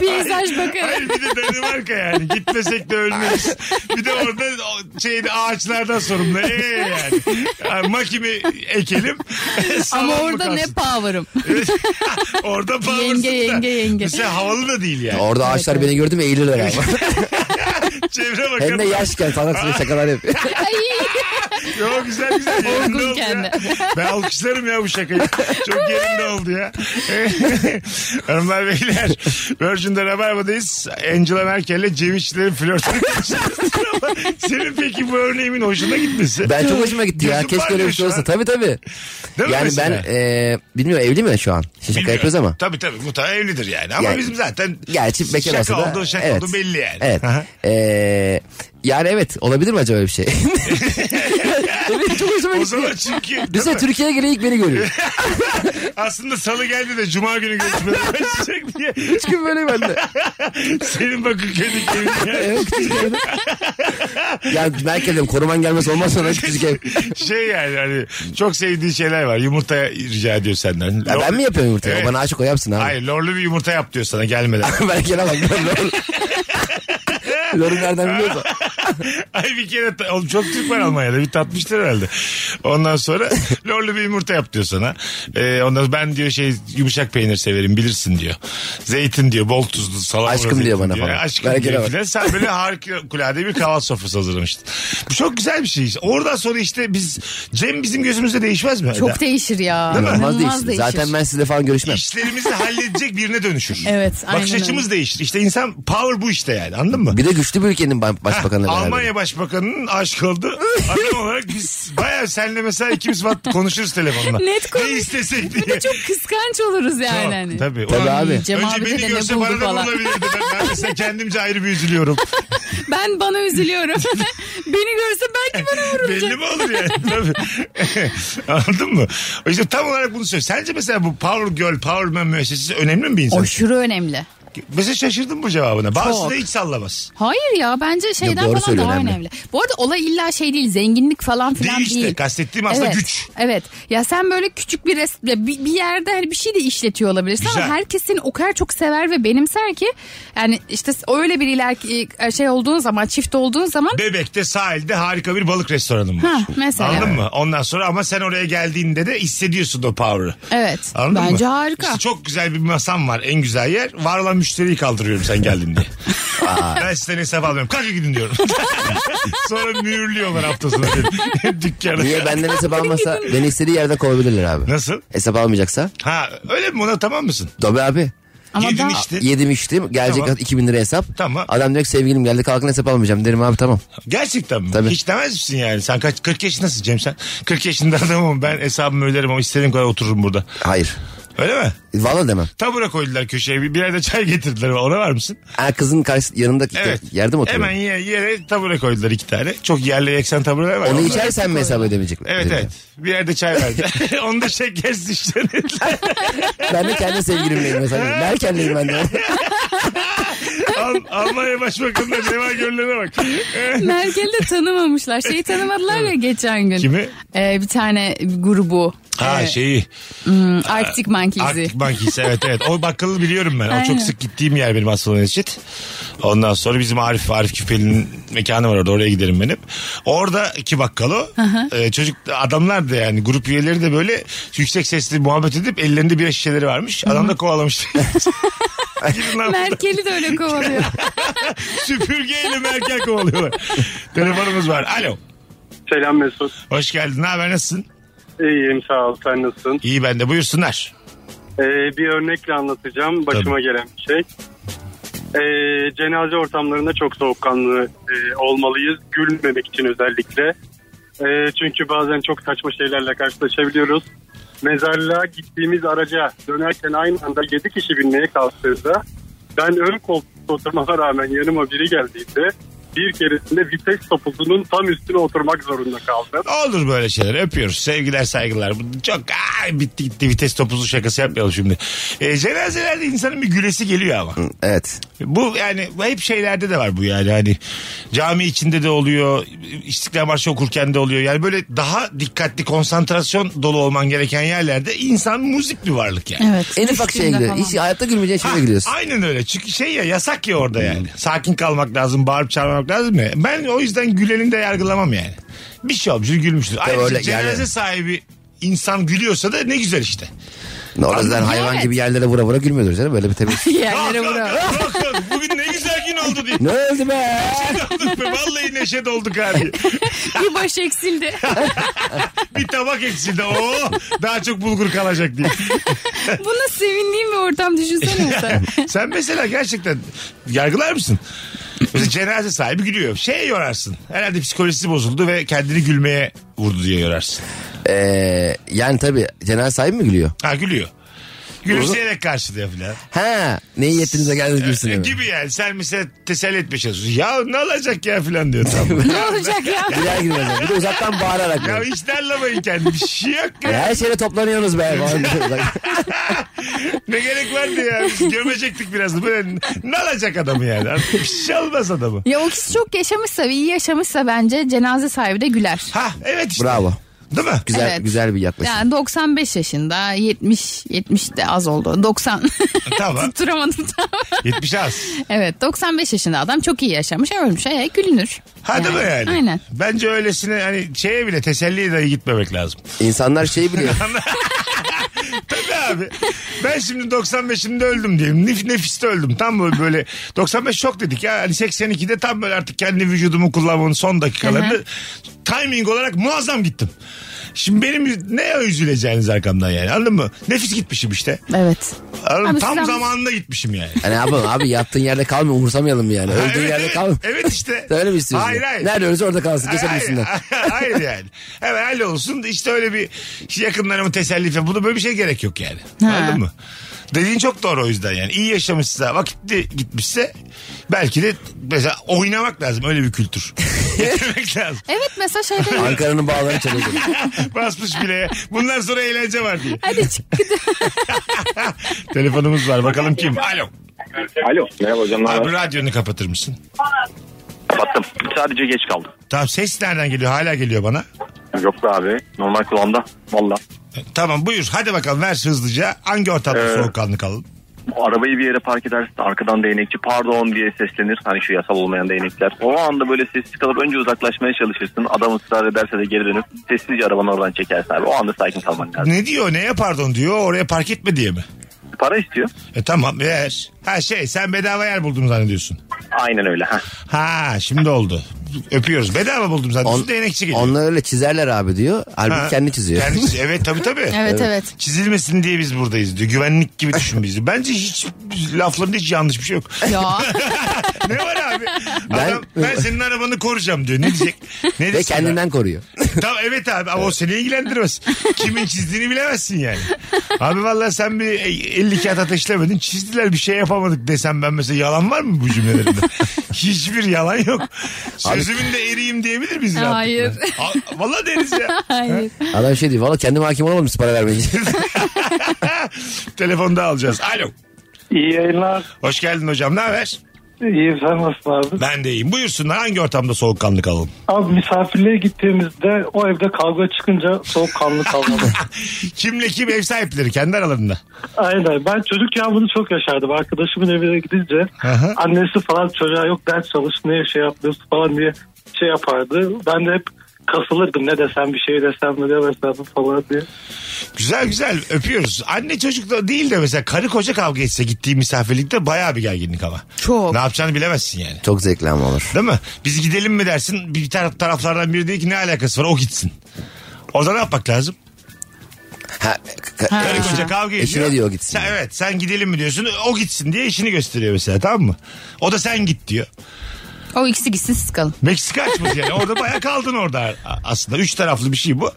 Speaker 4: peyzaj bakanı.
Speaker 2: Hayır bir de Danimarka yani. Gitmesek de ölmeyiz. Bir de orada o şeyde ağaçlardan sorumlu. Ee yani. yani. Makimi ekelim. salam
Speaker 4: ama
Speaker 2: mı
Speaker 4: orada ne
Speaker 2: kalsın?
Speaker 4: power'ım.
Speaker 2: Orada powersın
Speaker 4: Yenge,
Speaker 2: da.
Speaker 4: yenge, yenge.
Speaker 2: Mesela havalı da değil yani.
Speaker 3: Orada ağaçlar beni gördü mü eğilirler abi.
Speaker 2: Çevre bakalım.
Speaker 3: Hem de yaşken salak salak şakalar yapıyor.
Speaker 4: Ay.
Speaker 2: Yo güzel güzel. yerinde
Speaker 4: Olgun
Speaker 2: oldu ya.
Speaker 4: kendi.
Speaker 2: Ben alkışlarım ya bu şakayı. Çok yerinde oldu ya. Hanımlar beyler. Virgin'de Rabarba'dayız. Angela Merkel'le Cem İşçilerin flörtü. Senin peki bu örneğimin hoşuna gitmesi.
Speaker 3: Ben çok hoşuma gitti ya.
Speaker 2: Gözüm
Speaker 3: Keşke öyle bir şey
Speaker 2: parlıyor şu
Speaker 3: olsa.
Speaker 2: an.
Speaker 3: Tabii tabii.
Speaker 2: Değil mi
Speaker 3: Yani ben
Speaker 2: mesela?
Speaker 3: e, bilmiyorum evli mi şu an? Şimdi Şaka
Speaker 2: Bilmiyorum.
Speaker 3: yapıyoruz ama.
Speaker 2: Tabii tabii muhtemelen evlidir yani. Ama
Speaker 3: Yani-
Speaker 2: bizim zaten
Speaker 3: Gerçi bekar
Speaker 2: şaka
Speaker 3: olsa da.
Speaker 2: olduğu şaka
Speaker 3: evet.
Speaker 2: olduğu belli yani.
Speaker 3: Evet.
Speaker 2: Aha.
Speaker 3: E, yani evet olabilir mi acaba öyle bir şey? Tabii çok hoşuma
Speaker 2: O
Speaker 3: gitti.
Speaker 2: zaman
Speaker 4: şey.
Speaker 2: çünkü değil
Speaker 3: Düşünsene
Speaker 2: mi?
Speaker 3: Türkiye'ye göre ilk beni görüyor.
Speaker 2: aslında salı geldi de cuma günü görüşmeye başlayacak diye
Speaker 3: Hiç gün böyle ben de.
Speaker 2: senin Bakırköy'deki evine
Speaker 3: Evet, küçük evde. yani Merkel diyorum koruman gelmesi olmaz sonra küçük ev.
Speaker 2: şey yani hani çok sevdiği şeyler var. Yumurta rica ediyor senden.
Speaker 3: Ya ben mi yapıyorum yumurtayı?
Speaker 2: Evet.
Speaker 3: Bana aşık o yapsın abi.
Speaker 2: Hayır lorlu bir yumurta yap diyor sana gelmeden.
Speaker 3: Merkel'e bak. lan Lor. Lor'u nereden biliyorsa.
Speaker 2: Ay bir kere ta- oğlum çok Türk var Almanya'da bir tatmıştır herhalde. Ondan sonra lorlu bir yumurta yap diyor sana. Ee, ondan sonra ben diyor şey yumuşak peynir severim bilirsin diyor. Zeytin diyor bol tuzlu salamura
Speaker 3: Aşkım
Speaker 2: zeytin
Speaker 3: diyor bana falan.
Speaker 2: Aşkım
Speaker 3: Merkel'e
Speaker 2: diyor
Speaker 3: bak.
Speaker 2: filan. Sen böyle harikulade bir kahvaltı sofrası hazırlamıştın. Bu çok güzel bir şey. Oradan sonra işte biz Cem bizim gözümüzde değişmez mi?
Speaker 4: Çok değişir ya.
Speaker 3: Olmaz
Speaker 4: İnanılmaz
Speaker 3: değilsin.
Speaker 4: değişir.
Speaker 3: Zaten ben sizle falan görüşmem.
Speaker 2: İşlerimizi halledecek birine dönüşür.
Speaker 4: Evet,
Speaker 2: Bakış
Speaker 4: aynen
Speaker 2: açımız
Speaker 4: öyle.
Speaker 2: değişir. İşte insan power bu işte yani anladın mı?
Speaker 3: Bir de güçlü bir ülkenin ba- başbakanı.
Speaker 2: Ha,
Speaker 3: beraber.
Speaker 2: Almanya Başbakanı'nın aşık oldu. Adam olarak biz bayağı senle mesela ikimiz vat- konuşuruz telefonla.
Speaker 4: Net konuş-
Speaker 2: Ne istesek
Speaker 4: Bir
Speaker 2: diye.
Speaker 4: de çok kıskanç oluruz yani.
Speaker 2: Tamam,
Speaker 4: hani.
Speaker 2: Tabii.
Speaker 3: Tabii
Speaker 2: Ulan
Speaker 3: abi.
Speaker 4: Cem
Speaker 2: Önce
Speaker 4: abi de
Speaker 2: beni
Speaker 4: ne
Speaker 2: görse
Speaker 4: buldu
Speaker 2: bana da
Speaker 4: falan.
Speaker 2: bulabilirdi. Ben, ben mesela kendimce ayrı bir üzülüyorum.
Speaker 4: Ben bana üzülüyorum. Beni görse belki bana vurulacak.
Speaker 2: Belli mi olur yani? Tabii. Anladın mı? İşte tam olarak bunu söylüyorum. Sence mesela bu Power Girl, Power Man müessesesi önemli mi bir insan? için?
Speaker 4: Aşırı önemli.
Speaker 2: Mesela şaşırdım bu cevabına. Bazısı
Speaker 4: Çok.
Speaker 2: da hiç sallamaz.
Speaker 4: Hayır ya bence şeyden
Speaker 3: doğru
Speaker 4: falan
Speaker 3: söylüyor,
Speaker 4: daha
Speaker 3: önemli.
Speaker 4: önemli. Bu arada olay illa şey değil zenginlik falan filan
Speaker 2: Değil
Speaker 4: değil.
Speaker 2: işte. Kastettiğim aslında
Speaker 4: evet,
Speaker 2: güç.
Speaker 4: Evet. Ya sen böyle küçük bir res- ya bir, bir yerde hani bir şey de işletiyor olabilirsin
Speaker 2: Güzel.
Speaker 4: ama herkes seni o kadar çok sever ve benimser ki yani işte öyle biriyle erke- şey olduğun zaman çift olduğun zaman
Speaker 2: Bebek'te sahilde harika bir balık restoranım var.
Speaker 4: Ha, mesela.
Speaker 2: Anladın mı? Ondan sonra ama sen oraya geldiğinde de hissediyorsun o power'ı.
Speaker 4: Evet.
Speaker 2: Anladın
Speaker 4: Bence
Speaker 2: mı?
Speaker 4: harika.
Speaker 2: İşte çok güzel bir masam var en güzel yer. Var olan müşteriyi kaldırıyorum sen geldin diye. ben sizden hesap almıyorum. Kalka gidin diyorum. Sonra mühürlüyorlar haftasını. Dükkanda.
Speaker 3: Niye benden hesap almazsa beni istediği yerde kovabilirler abi.
Speaker 2: Nasıl?
Speaker 3: Hesap almayacaksa.
Speaker 2: Ha öyle mi ona tamam mısın?
Speaker 3: Tabii abi.
Speaker 4: Ama
Speaker 2: Yedin
Speaker 4: ben-
Speaker 2: içtin.
Speaker 3: Yedim içtim. Gelecek
Speaker 2: Tamam.
Speaker 3: 2000 lira hesap.
Speaker 2: Tamam.
Speaker 3: Adam diyor ki sevgilim geldi kalkın hesap almayacağım. Derim abi tamam.
Speaker 2: Gerçekten mi?
Speaker 3: Tabii.
Speaker 2: Hiç demez misin yani? Sen kaç 40 yaşındasın Cem sen? 40 yaşında adamım ben hesabımı öderim ama istediğim kadar otururum burada.
Speaker 3: Hayır.
Speaker 2: Öyle mi?
Speaker 3: Valla demem.
Speaker 2: Tabura koydular köşeye bir, bir yerde çay getirdiler ona var mısın?
Speaker 3: Ha, kızın karşı yanında
Speaker 2: Evet.
Speaker 3: yerde mi oturuyor?
Speaker 2: Hemen ye- yere tabure koydular iki tane. Çok yerli eksen tabureler var.
Speaker 3: Onu
Speaker 2: Onlar-
Speaker 3: içersen mi hesap ödemeyecekler?
Speaker 2: Evet evet. Bir yerde çay verdiler. Onu da şekersiz işte.
Speaker 3: Ben de kendi sevgilimleyim mesela. Merkenliyim ben de.
Speaker 2: Al- Almanya Başbakanı'na Deva Göller'e bak.
Speaker 4: Merkel'i de tanımamışlar. Şeyi tanımadılar ya geçen gün.
Speaker 2: Kimi?
Speaker 4: Ee, bir tane grubu.
Speaker 2: Ha
Speaker 4: Ee,
Speaker 2: şeyi.
Speaker 4: hmm, Arctic Monkeys'i.
Speaker 2: Arctic Monkeys evet evet. O bakkalı biliyorum ben. O
Speaker 4: Aynen.
Speaker 2: çok sık gittiğim yer benim asıl Mescit. Ondan sonra bizim Arif Arif Küpeli'nin mekanı var orada. Oraya giderim benim. Orada iki bakkal o. Ee, çocuk adamlar da yani grup üyeleri de böyle yüksek sesli muhabbet edip ellerinde bir şişeleri varmış. Adam da kovalamış. Gidin lan buradan.
Speaker 4: Merkel'i de öyle kovalıyor.
Speaker 2: Süpürgeyle merkel kovalıyorlar. Telefonumuz var. Alo.
Speaker 5: Selam Mesut.
Speaker 2: Hoş geldin. Ne haber? Nasılsın?
Speaker 5: İyiyim sağ ol. Sen nasılsın?
Speaker 2: İyi ben de. Buyursunlar.
Speaker 5: Ee, bir örnekle anlatacağım. Başıma
Speaker 2: Tabii.
Speaker 5: gelen bir şey. Ee, cenaze ortamlarında çok soğukkanlı e, olmalıyız. Gülmemek için özellikle. Ee, çünkü bazen çok saçma şeylerle karşılaşabiliyoruz. Mezarlığa gittiğimiz araca dönerken aynı anda 7 kişi binmeye kalktığında ben ön koltukta oturmama rağmen yanıma biri geldiğinde bir keresinde vites topuzunun tam üstüne oturmak zorunda kaldım.
Speaker 2: Olur böyle şeyler. Öpüyoruz. Sevgiler saygılar. Bu Çok ay, bitti gitti. Vites topuzu şakası yapmayalım şimdi. E, cenazelerde insanın bir gülesi geliyor ama.
Speaker 3: evet.
Speaker 2: Bu yani bu hep şeylerde de var bu yani. Hani cami içinde de oluyor. İstiklal Marşı okurken de oluyor. Yani böyle daha dikkatli konsantrasyon dolu olman gereken yerlerde insan müzik bir varlık yani.
Speaker 4: evet.
Speaker 3: En ufak şeye
Speaker 4: düştüğünde
Speaker 3: gülüyor.
Speaker 4: falan.
Speaker 3: Hiç hayatta gülmeyeceğin
Speaker 2: Ha,
Speaker 3: şeye gülüyorsun.
Speaker 2: Aynen öyle. Çünkü şey ya yasak ya orada yani.
Speaker 3: Hmm.
Speaker 2: Sakin kalmak lazım, bağırıp çağırmak lazım ya. Ben o yüzden güleni de yargılamam yani. Bir şey olmuştur, gülmüştür. Ayrıca
Speaker 3: öyle
Speaker 2: cenaze
Speaker 3: yani.
Speaker 2: sahibi insan gülüyorsa da ne güzel işte.
Speaker 3: Orada zaten hayvan
Speaker 4: Evet.
Speaker 3: gibi yerlere vura vura gülmüyordur canım. Böyle bir tebessüm.
Speaker 4: Yerlere
Speaker 2: Kalk,
Speaker 4: vuruyor.
Speaker 2: kalk, kalk, kalk. Bugün ne güzel gün oldu diye.
Speaker 3: ne oldu be?
Speaker 2: Neşe olduk be. Vallahi neşe olduk abi.
Speaker 4: Bir baş eksildi.
Speaker 2: Bir tabak eksildi. Oo, daha çok bulgur kalacak diye.
Speaker 4: Buna sevindiğim bir ortam düşünsene sen.
Speaker 2: Sen mesela gerçekten yargılar mısın? Mesela cenaze sahibi gülüyor. Şeye yorarsın. Herhalde psikolojisi bozuldu ve kendini gülmeye vurdu diye yorarsın.
Speaker 3: Ee, yani tabii cenaze sahibi mi gülüyor?
Speaker 2: Ha gülüyor. Gülümseyerek karşılıyor filan. E,
Speaker 3: Ha ne iyi ettinize geldiniz gülsün. hemen.
Speaker 2: Gibi yani sen mesela teselli etmeye çalışıyorsun. Ya ne olacak ya filan diyor tamam.
Speaker 4: ne olacak ya?
Speaker 3: Güler gülmez. Bir de uzaktan bağırarak.
Speaker 2: ya
Speaker 3: böyle.
Speaker 2: hiç darlamayın kendini. Bir şey yok
Speaker 3: Ya
Speaker 2: ya.
Speaker 3: her şeyle toplanıyoruz be. falan diyor.
Speaker 2: Ne gerek vardı ya. Biz Gömecektik biraz. da. Böyle ne olacak adamı yani. Artık Bir şey olmaz adamı.
Speaker 4: Ya o kişi çok yaşamışsa, iyi yaşamışsa bence cenaze sahibi de güler.
Speaker 2: Ha evet işte.
Speaker 3: Bravo.
Speaker 2: Değil mi?
Speaker 3: Güzel
Speaker 4: Evet.
Speaker 3: güzel bir yaklaşım.
Speaker 4: Yani 95 yaşında 70 70 de az oldu 90
Speaker 2: Tamam.
Speaker 4: tutturamadım tam.
Speaker 2: 70 az.
Speaker 4: Evet 95 yaşında adam çok iyi yaşamış ölmüş e, gülünür.
Speaker 2: Hadi mi yani?
Speaker 4: Aynen.
Speaker 2: Bence öylesine hani şeye bile teselliye dahi gitmemek lazım.
Speaker 3: İnsanlar şey biliyor.
Speaker 2: Tabii abi. Ben şimdi 95'imde öldüm diyelim. Nif nefiste öldüm. Tam böyle, böyle 95 şok dedik ya. Hani 82'de tam böyle artık kendi vücudumu kullanmanın son dakikalarında timing olarak muazzam gittim. Şimdi benim yüz- ne üzüleceğiniz arkamdan yani anladın mı? Nefis gitmişim işte.
Speaker 4: Evet.
Speaker 2: Anladın mı?
Speaker 4: Abi
Speaker 2: Tam
Speaker 4: sen-
Speaker 2: zamanında gitmişim yani.
Speaker 3: Yani Hani abi, abi yattığın yerde kalma umursamayalım mı yani.
Speaker 2: Ha,
Speaker 3: Öldüğün
Speaker 2: evet,
Speaker 3: yerde
Speaker 2: evet,
Speaker 3: kalma.
Speaker 2: Evet işte.
Speaker 3: Öyle mi istiyorsun?
Speaker 2: Hayır hayır.
Speaker 3: Nerede ölürse orada kalsın. Geçer
Speaker 2: Hayır,
Speaker 3: üstünden.
Speaker 2: hayır yani. Hemen hallolsun. İşte öyle bir yakınlarımı teselli falan. Buna böyle bir şey gerek yok yani.
Speaker 4: Ha.
Speaker 2: Anladın mı? Dediğin çok doğru o yüzden yani. İyi yaşamışsa, vakitli gitmişse belki de mesela oynamak lazım. Öyle bir kültür. Getirmek lazım.
Speaker 4: Evet mesela şey şeyde
Speaker 3: Ankara'nın bağları çalıyor.
Speaker 2: Basmış bile. Bundan sonra eğlence var diye.
Speaker 4: hadi çık
Speaker 2: Telefonumuz var. Bakalım kim? Alo.
Speaker 6: Alo. Merhaba hocam.
Speaker 2: Abi radyonu kapatır mısın?
Speaker 6: Kapattım. Sadece geç kaldım.
Speaker 2: Tamam ses nereden geliyor? Hala geliyor bana.
Speaker 6: Yok be abi. Normal kulağımda. Valla.
Speaker 2: E, Tamam buyur. Hadi bakalım ver hızlıca. Hangi ortamda
Speaker 6: Ee,
Speaker 2: soğukkanlık alalım?
Speaker 6: Arabayı bir yere park edersin. Arkadan değnekçi pardon diye seslenir. Hani şu yasal olmayan değnekler. O anda böyle sessiz kalıp önce uzaklaşmaya çalışırsın. Adam ısrar ederse de geri dönüp sessizce arabanı oradan çekersin abi. O anda sakin kalman lazım.
Speaker 2: Ne diyor? Neye pardon diyor? Oraya park etme diye mi?
Speaker 6: Para istiyor.
Speaker 2: E tamam ver. Ha şey sen bedava yer buldum zannediyorsun.
Speaker 6: Aynen öyle. Heh.
Speaker 2: Ha şimdi oldu. Öpüyoruz. Bedava buldum zannediyorsun.
Speaker 3: On,
Speaker 2: Değnekçi geliyor.
Speaker 3: onlar öyle çizerler abi diyor. Halbuki
Speaker 2: Ha.
Speaker 3: kendi çiziyor.
Speaker 2: Kendi çiziyor. Evet tabii tabii.
Speaker 4: Evet evet.
Speaker 2: Çizilmesin diye biz buradayız diyor. Güvenlik gibi düşün bizi. Bence hiç laflarında hiç yanlış bir şey yok.
Speaker 4: Ya
Speaker 2: ne var abi?
Speaker 3: Ben-
Speaker 2: Adam, ben senin arabanı koruyacağım diyor. Ne diyecek? Ne
Speaker 3: Ve
Speaker 2: desin adam?
Speaker 3: kendinden koruyor.
Speaker 2: Tamam evet abi ama o seni ilgilendirmez. Kimin çizdiğini bilemezsin yani. Abi vallahi sen bir 50 kağıt ateşlemedin çizdiler bir şey yapamadık desem ben mesela yalan var mı bu cümlelerimde? Hiçbir yalan yok. Sözümün de eriyim diyebilir miyiz? rahatlıkla?
Speaker 4: Hayır.
Speaker 2: A- Vallahi deriz ya.
Speaker 4: hayır.
Speaker 3: Adam şey diyor. Valla kendime hakim olamadım siz para vermeyince.
Speaker 2: Telefonda alacağız. Alo.
Speaker 7: İyi yayınlar.
Speaker 2: Hoş geldin hocam ne haber?
Speaker 7: İyi sen nasılsın abi?
Speaker 2: Ben de iyiyim. Buyursunlar hangi ortamda soğukkanlı kalalım?
Speaker 7: Abi misafirliğe gittiğimizde o evde kavga çıkınca soğukkanlı kalmadı.
Speaker 2: Kimle kim ev sahipleri kendi aralarında.
Speaker 7: Aynen. Ben çocukken bunu çok yaşardım. Arkadaşımın evine gidince
Speaker 2: Aha.
Speaker 7: annesi falan çocuğa yok ders çalış ne şey yapmıyorsun falan diye şey yapardı. Ben de hep kasılırdım ne desem bir şey desem ne demesem falan diye.
Speaker 2: Güzel güzel öpüyoruz. Anne çocuk da değil de mesela karı koca kavga etse gittiği misafirlikte bayağı bir gerginlik ama.
Speaker 4: Çok.
Speaker 2: Ne yapacağını bilemezsin yani.
Speaker 3: Çok zevkli ama olur.
Speaker 2: Değil mi? Biz gidelim mi dersin bir taraf taraflardan biri değil ki ne alakası var o gitsin. Orada ne yapmak lazım?
Speaker 3: Ha, ka- e,
Speaker 4: Ha.
Speaker 2: Karı koca kavga ediyor.
Speaker 3: Eşine diyor o gitsin.
Speaker 2: Sen, evet sen gidelim mi diyorsun o gitsin diye işini gösteriyor mesela tamam mı? O da sen git diyor.
Speaker 4: O ikisi gitsin siz kalın.
Speaker 2: Meksika açmış yani orada bayağı kaldın orada a- aslında. Üç taraflı bir şey bu.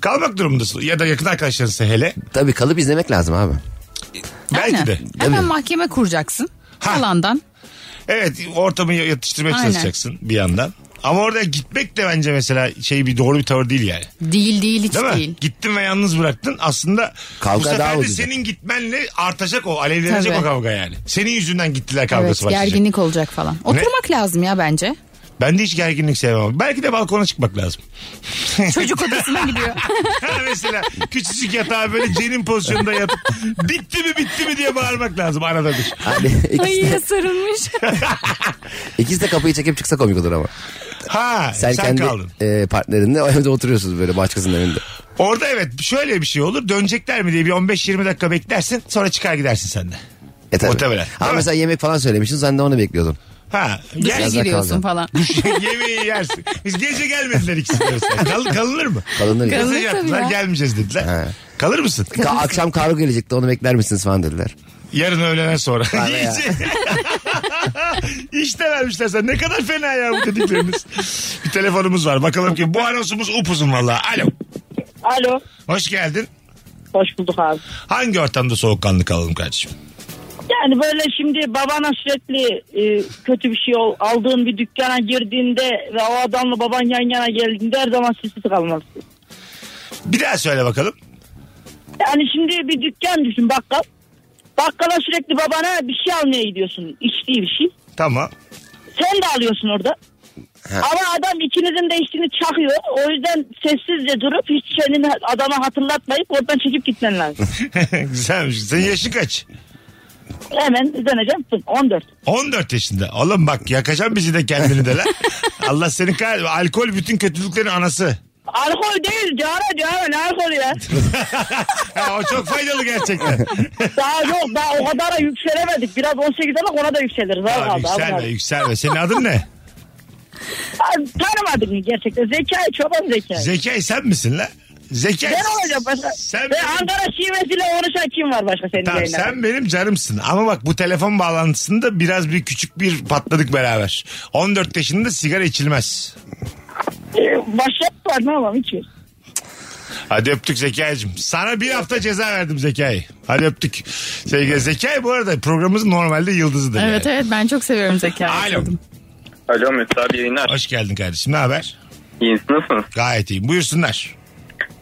Speaker 2: Kalmak durumundasın ya da yakın arkadaşlarınsa hele.
Speaker 3: Tabii kalıp izlemek lazım abi.
Speaker 2: Belki
Speaker 4: Aynen.
Speaker 2: de.
Speaker 4: Hemen mahkeme kuracaksın.
Speaker 2: Ha.
Speaker 4: Yalandan.
Speaker 2: Evet ortamı yatıştırmaya
Speaker 4: Aynen.
Speaker 2: çalışacaksın bir yandan. Ama orada gitmek de bence mesela şey bir doğru bir tavır değil yani.
Speaker 4: Değil değil hiç
Speaker 2: Değil mi?
Speaker 4: değil.
Speaker 2: Gittin ve yalnız bıraktın. Aslında
Speaker 3: Kavga
Speaker 2: bu sefer
Speaker 3: daha
Speaker 2: de
Speaker 3: ucuz.
Speaker 2: senin gitmenle artacak o, alevlenecek
Speaker 4: Tabii.
Speaker 2: o kavga yani. Senin yüzünden gittiler
Speaker 4: Evet,
Speaker 2: kavgası başlayacak.
Speaker 4: gerginlik olacak falan. Oturmak lazım ya bence.
Speaker 2: Ben de hiç gerginlik sevmem. Belki de balkona çıkmak lazım.
Speaker 4: Çocuk odasına gidiyor.
Speaker 2: Ha mesela küçücük yatağa böyle cenin pozisyonunda yatıp bitti mi bitti mi diye bağırmak lazım arada bir.
Speaker 3: Abi ikisi,
Speaker 4: Ay sarılmış.
Speaker 3: ikisi de kapıyı çekip çıksa komik olur ama.
Speaker 2: Ha
Speaker 3: Sen,
Speaker 2: sen,
Speaker 3: kendi
Speaker 2: kaldın.
Speaker 3: e, partnerinle o evde oturuyorsunuz böyle başkasının evinde.
Speaker 2: Orada evet şöyle bir şey olur. Dönecekler mi diye bir 15-20 dakika beklersin. Sonra çıkar gidersin sen de.
Speaker 3: E tabii.
Speaker 2: Muhtemelen.
Speaker 3: Ama
Speaker 2: Evet.
Speaker 3: mesela yemek falan söylemişsin sen de onu bekliyordun.
Speaker 2: Ha.
Speaker 4: Duşa
Speaker 2: Yersin.
Speaker 3: Yazda
Speaker 4: giriyorsun
Speaker 3: kalacağım.
Speaker 4: falan.
Speaker 2: Yemeği yersin. Biz gece gelmediler ikisi de mesela. Kal, kalınır mı?
Speaker 3: Kalınır ya.
Speaker 4: Kalınır
Speaker 2: Mesaj
Speaker 4: tabii
Speaker 2: yaptılar
Speaker 4: ya.
Speaker 2: gelmeyeceğiz dediler.
Speaker 3: He.
Speaker 2: Kalır mısın?
Speaker 3: Ka- akşam kargo gelecekti onu bekler misiniz falan dediler.
Speaker 2: Yarın öğlene sonra.
Speaker 3: ya.
Speaker 2: Yiyecek. işte vermişler sen. Ne kadar fena ya bu dedikleriniz. Bir telefonumuz var. Bakalım ki bu anonsumuz upuzun valla. Alo.
Speaker 8: Alo.
Speaker 2: Hoş geldin.
Speaker 8: Hoş bulduk abi.
Speaker 2: Hangi ortamda soğukkanlı kalalım kardeşim?
Speaker 8: Yani böyle şimdi babana sürekli e, kötü bir şey ol, aldığın bir dükkana girdiğinde ve o adamla baban yan yana geldiğinde her zaman sessiz kalmalısın.
Speaker 2: Bir daha söyle bakalım.
Speaker 8: Yani şimdi bir dükkan düşün bakkal. Bakkala sürekli babana bir şey almaya gidiyorsun. içtiği bir şey.
Speaker 2: Tamam.
Speaker 8: Sen de alıyorsun orada. Ama adam ikinizin de içtiğini çakıyor. O yüzden sessizce durup hiç kendini adama hatırlatmayıp oradan çekip gitmen lazım.
Speaker 2: Güzelmiş. Senin yaşın kaç?
Speaker 8: Hemen döneceğim. 14.
Speaker 2: 14 yaşında. Oğlum bak yakacaksın bizi de kendini de lan. Allah seni kahretsin. Alkol bütün kötülüklerin anası.
Speaker 8: Alkol değil. Cara cara ne alkol ya.
Speaker 2: Ha, o çok faydalı gerçekten.
Speaker 8: Daha yok daha o kadar da yükselemedik. Biraz 18 ama ona da yükseliriz. Daha
Speaker 2: Abi,
Speaker 8: kaldı, az
Speaker 2: yükselme
Speaker 8: kaldı.
Speaker 2: yükselme. Senin adın ne?
Speaker 8: Abi, Tanımadık mı gerçekten? Zekai çoban zekai.
Speaker 2: Zekai sen misin la? Zekai.
Speaker 8: ben olacağım başka.
Speaker 2: Sen
Speaker 8: Ve
Speaker 2: benim-
Speaker 8: Ankara şivesiyle konuşan kim var başka senin
Speaker 2: Tamam
Speaker 8: yayınlarda?
Speaker 2: sen benim canımsın ama bak bu telefon bağlantısında biraz bir küçük bir patladık beraber. 14 yaşında sigara içilmez.
Speaker 8: Ee, Başak var ne yapalım içiyoruz.
Speaker 2: Hadi öptük Zekai'cim. Sana bir hafta ceza verdim Zekai. Hadi öptük. Sevgili Zekai bu arada programımızın normalde yıldızıdır.
Speaker 4: Evet
Speaker 2: yani.
Speaker 4: evet ben çok seviyorum Zekai
Speaker 2: Alo.
Speaker 4: Alo.
Speaker 6: Alo Mesut abi yayınlar.
Speaker 2: Hoş geldin kardeşim ne haber?
Speaker 6: İyi nasılsınız?
Speaker 2: Gayet iyiyim buyursunlar.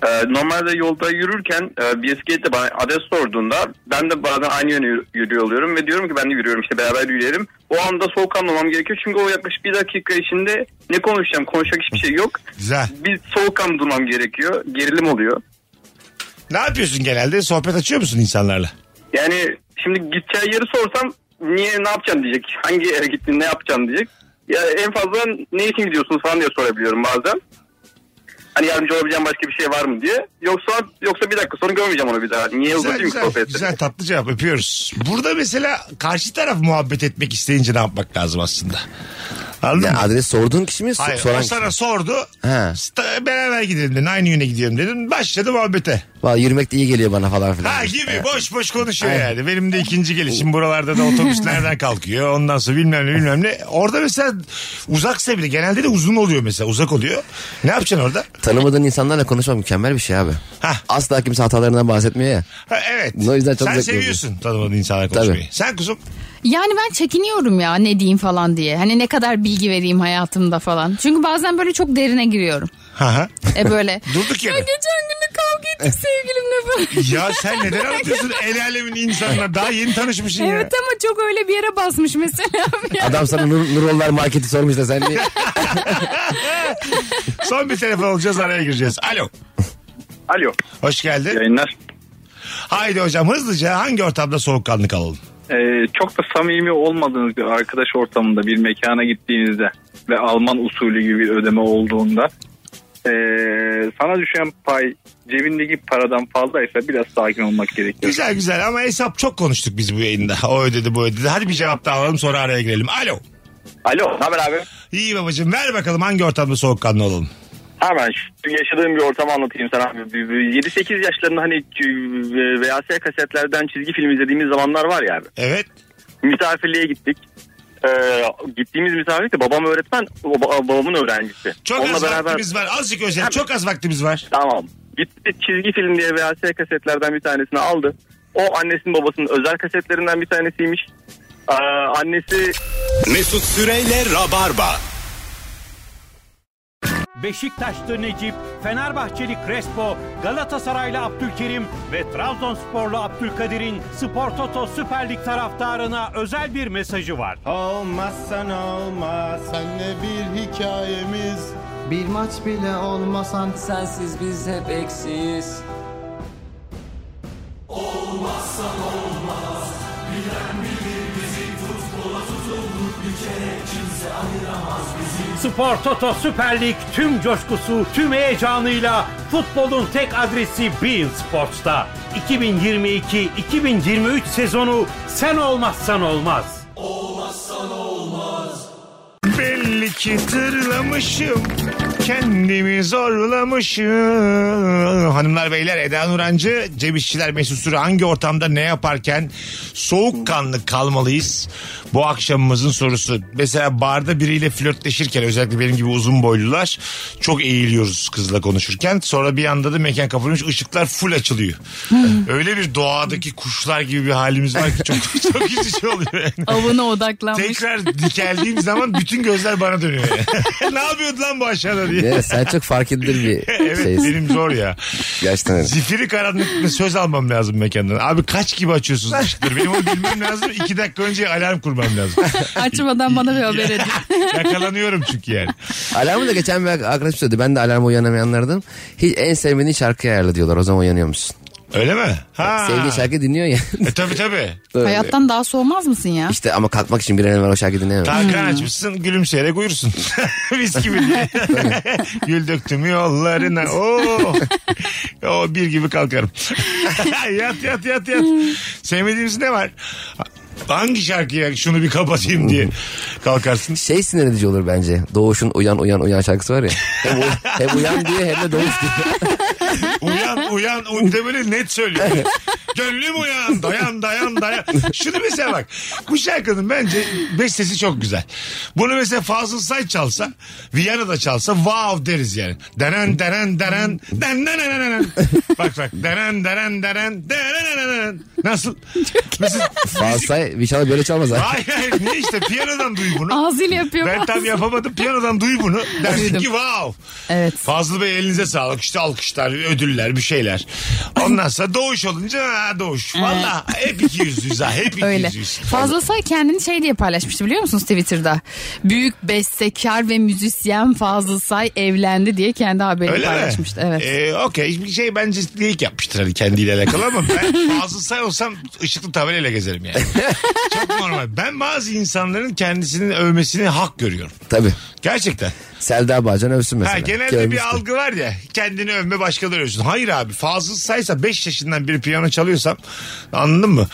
Speaker 6: Ee, normalde yolda yürürken e, bisikletle bana adres sorduğunda ben de bazen aynı yöne yürü- yürüyor oluyorum ve diyorum ki ben de yürüyorum işte beraber yürüyelim. O anda soğuk almamam gerekiyor çünkü o yaklaşık bir dakika içinde ne konuşacağım konuşacak hiçbir şey yok.
Speaker 2: Güzel.
Speaker 6: Bir soğuk durmam gerekiyor gerilim oluyor.
Speaker 2: Ne yapıyorsun genelde? Sohbet açıyor musun insanlarla?
Speaker 6: Yani şimdi gideceği yeri sorsam niye ne yapacaksın diyecek. Hangi yere gittin ne yapacaksın diyecek. Ya en fazla ne için gidiyorsunuz falan diye sorabiliyorum bazen. Hani yardımcı olabileceğim başka bir şey var mı diye. Yoksa yoksa bir dakika sonra görmeyeceğim onu bir daha. Niye
Speaker 2: Güzel,
Speaker 6: uzatayım ki
Speaker 2: güzel,
Speaker 6: sohbeti?
Speaker 2: güzel tatlı cevap öpüyoruz. Burada mesela karşı taraf muhabbet etmek isteyince ne yapmak lazım aslında? Anladın
Speaker 3: Yani
Speaker 2: mı?
Speaker 3: adres sorduğun kişi mi? so-
Speaker 2: Hayır,
Speaker 3: soran
Speaker 2: o
Speaker 3: kişi mi?
Speaker 2: sana sordu.
Speaker 3: He.
Speaker 2: Sta- Beraber gidelim dedin. Aynı yöne gidelim dedim. Başladı muhabbete.
Speaker 3: Valla yürümek de iyi geliyor bana falan filan.
Speaker 2: Ha gibi boş boş konuşuyor yani. Benim de ikinci gelişim buralarda da otobüs nereden kalkıyor. Ondan sonra bilmem ne bilmem ne. Orada mesela uzaksa bile genelde de uzun oluyor mesela uzak oluyor. Ne yapacaksın orada?
Speaker 3: Tanımadığın insanlarla konuşmak mükemmel bir şey abi.
Speaker 2: Hah.
Speaker 3: Asla kimse hatalarından bahsetmiyor ya.
Speaker 2: Ha, evet.
Speaker 3: O yüzden çok
Speaker 2: Sen
Speaker 3: zevkli
Speaker 2: seviyorsun tanımadığın insanlarla konuşmayı.
Speaker 3: Tabii.
Speaker 2: Sen kuzum
Speaker 4: Yani ben çekiniyorum ya ne diyeyim falan diye. Hani ne kadar bilgi vereyim hayatımda falan. Çünkü bazen böyle çok derine giriyorum.
Speaker 2: Ha ha.
Speaker 4: E böyle.
Speaker 2: Durduk
Speaker 4: ya
Speaker 2: yere. Eh.
Speaker 4: geçen gün de kavga ettik sevgilimle falan.
Speaker 2: Ya sen neden anlatıyorsun el alemin insanına? Daha yeni tanışmışsın ya.
Speaker 4: Evet ama çok öyle bir yere basmış mesela. bir anda.
Speaker 3: Adam sana Nur, Nurollar marketi sormuş da sen niye?
Speaker 2: Son bir telefon alacağız araya gireceğiz. Alo.
Speaker 6: Alo.
Speaker 2: Hoş geldin.
Speaker 6: Yayınlar.
Speaker 2: Haydi hocam hızlıca hangi ortamda soğukkanlı kalalım?
Speaker 6: Ee, çok da samimi olmadığınız bir arkadaş ortamında bir mekana gittiğinizde ve Alman usulü gibi bir ödeme olduğunda ee, sana düşen pay cebindeki paradan fazlaysa biraz sakin olmak gerekiyor.
Speaker 2: Güzel güzel ama hesap çok konuştuk biz bu yayında. O ödedi bu ödedi. Hadi bir cevap daha alalım sonra araya girelim. Alo.
Speaker 6: Alo ne haber abi?
Speaker 2: İyi babacığım ver bakalım hangi ortamda soğukkanlı olalım.
Speaker 6: Hemen şu yaşadığım bir ortamı anlatayım sana. abi. 7-8 yaşlarında hani e, VHS kasetlerden çizgi film izlediğimiz zamanlar var ya abi.
Speaker 2: Evet.
Speaker 6: Misafirliğe gittik. Ee, gittiğimiz misafirlikte babam öğretmen, baba- babamın öğrencisi.
Speaker 2: Çok az vaktimiz var. Azıcık özel. Çok az vaktimiz var.
Speaker 6: Tamam. Gitti çizgi film diye VHS kasetlerden bir tanesini aldı. O annesinin babasının özel kasetlerinden bir tanesiymiş. Ee, annesi
Speaker 1: Mesut Süreyle Rabarba.
Speaker 9: Beşiktaşlı Necip, Fenerbahçeli Crespo, Galatasaraylı Abdülkerim ve Trabzonsporlu Abdülkadir'in Spor Toto Süper Lig taraftarına özel bir mesajı var.
Speaker 10: Olmazsan olmaz Senle bir hikayemiz
Speaker 11: Bir maç bile olmasan
Speaker 10: Sensiz biz hep eksiyiz
Speaker 9: Spor Toto Süper Lig tüm coşkusu, tüm heyecanıyla futbolun tek adresi Bein Sports'ta. 2022-2023 sezonu sen olmazsan olmaz.
Speaker 2: Belli ki tırlamışım. Kendimi zorlamışım. Hanımlar beyler Eda Nurancı, Cem İşçiler Mesut Süre hangi ortamda ne yaparken soğukkanlı kalmalıyız? Bu akşamımızın sorusu. Mesela barda biriyle flörtleşirken özellikle benim gibi uzun boylular çok eğiliyoruz kızla konuşurken. Sonra bir anda da mekan kapanmış ışıklar full açılıyor. Öyle bir doğadaki kuşlar gibi bir halimiz var ki çok çok üzücü oluyor. yani.
Speaker 4: Avına odaklanmış.
Speaker 2: Tekrar dikeldiğim zaman bütün gözler bana dönüyor. ne yapıyordu lan bu aşağıda diye.
Speaker 3: Evet, sen çok fark edilir bir
Speaker 2: evet
Speaker 3: şeysin.
Speaker 2: benim zor ya.
Speaker 3: Gerçekten öyle.
Speaker 2: Zifiri karanlıkta söz almam lazım mekandan. Abi kaç gibi açıyorsunuz ışıkları? Benim onu bilmem lazım. İki dakika önce alarm kurmam lazım.
Speaker 4: Açmadan bana bir haber edin.
Speaker 2: Yakalanıyorum çünkü yani.
Speaker 3: Alarmı da geçen bir arkadaşım söyledi. Ben de alarma uyanamayanlardım. Hiç, en sevmediğin şarkıyı ayarla diyorlar. O zaman uyanıyormuşsun.
Speaker 2: Öyle mi? Ha.
Speaker 3: Sevdiğin şarkı dinliyor ya.
Speaker 2: E tabii tabii.
Speaker 4: Hayattan daha soğumaz mısın ya?
Speaker 3: işte ama kalkmak için bir an evvel o şarkıyı dinleyemem.
Speaker 2: Tarkan açmışsın gülümseyerek uyursun. Biz gibi diye. Gül döktüm yollarına. Oo. o bir gibi kalkarım. yat yat yat yat. Sevmediğimiz ne var? Hangi şarkıya şunu bir kapatayım diye kalkarsın.
Speaker 3: Şey sinir edici olur bence. Doğuş'un uyan uyan uyan şarkısı var ya. Hem, u- hem uyan diyor hem de doğuş diyor.
Speaker 2: Uyan uyan uyan de böyle net söylüyor. Gönlüm uyan dayan dayan dayan. Şunu mesela bak bu şarkının bence bestesi çok güzel. Bunu mesela Fazıl Say çalsa Viyana'da çalsa wow deriz yani. Denen denen denen denen denen denen. Bak bak denen denen denen denen denen denen. Nasıl? Mesela,
Speaker 3: Falsay inşallah böyle çalmaz. ha.
Speaker 2: hayır hayır niye işte piyanodan duy bunu.
Speaker 4: Ağzıyla yapıyor.
Speaker 2: Ben tam
Speaker 4: bazen.
Speaker 2: yapamadım piyanodan duy bunu. Dersin
Speaker 4: Duydum.
Speaker 2: ki wow.
Speaker 4: Evet.
Speaker 2: Fazlı Bey elinize sağlık. İşte alkışlar, ödüller, bir şeyler. Ondan sonra doğuş olunca ha doğuş. Valla hep iki yüzlüyüz ha. Hep iki
Speaker 4: Öyle.
Speaker 2: yüzlüyüz.
Speaker 4: Fazla Say kendini şey diye paylaşmıştı biliyor musunuz Twitter'da? Büyük bestekar ve müzisyen Fazıl Say evlendi diye kendi haberini
Speaker 2: Öyle mi?
Speaker 4: paylaşmıştı. Evet.
Speaker 2: Ee, Okey. Hiçbir şey bence ilk yapmıştır hani kendiyle alakalı ama ben Fazıl Say olsam ışıklı tabelayla gezerim yani. Çok normal. Ben bazı insanların kendisini övmesini hak görüyorum.
Speaker 3: Tabii.
Speaker 2: Gerçekten.
Speaker 3: Selda Bağcan övsün mesela.
Speaker 2: Ha, genelde
Speaker 3: Görmüştüm.
Speaker 2: bir algı var ya kendini övme başkaları övsün. Hayır abi Fazıl Say'sa 5 yaşından biri piyano çalıyorsam anladın mı?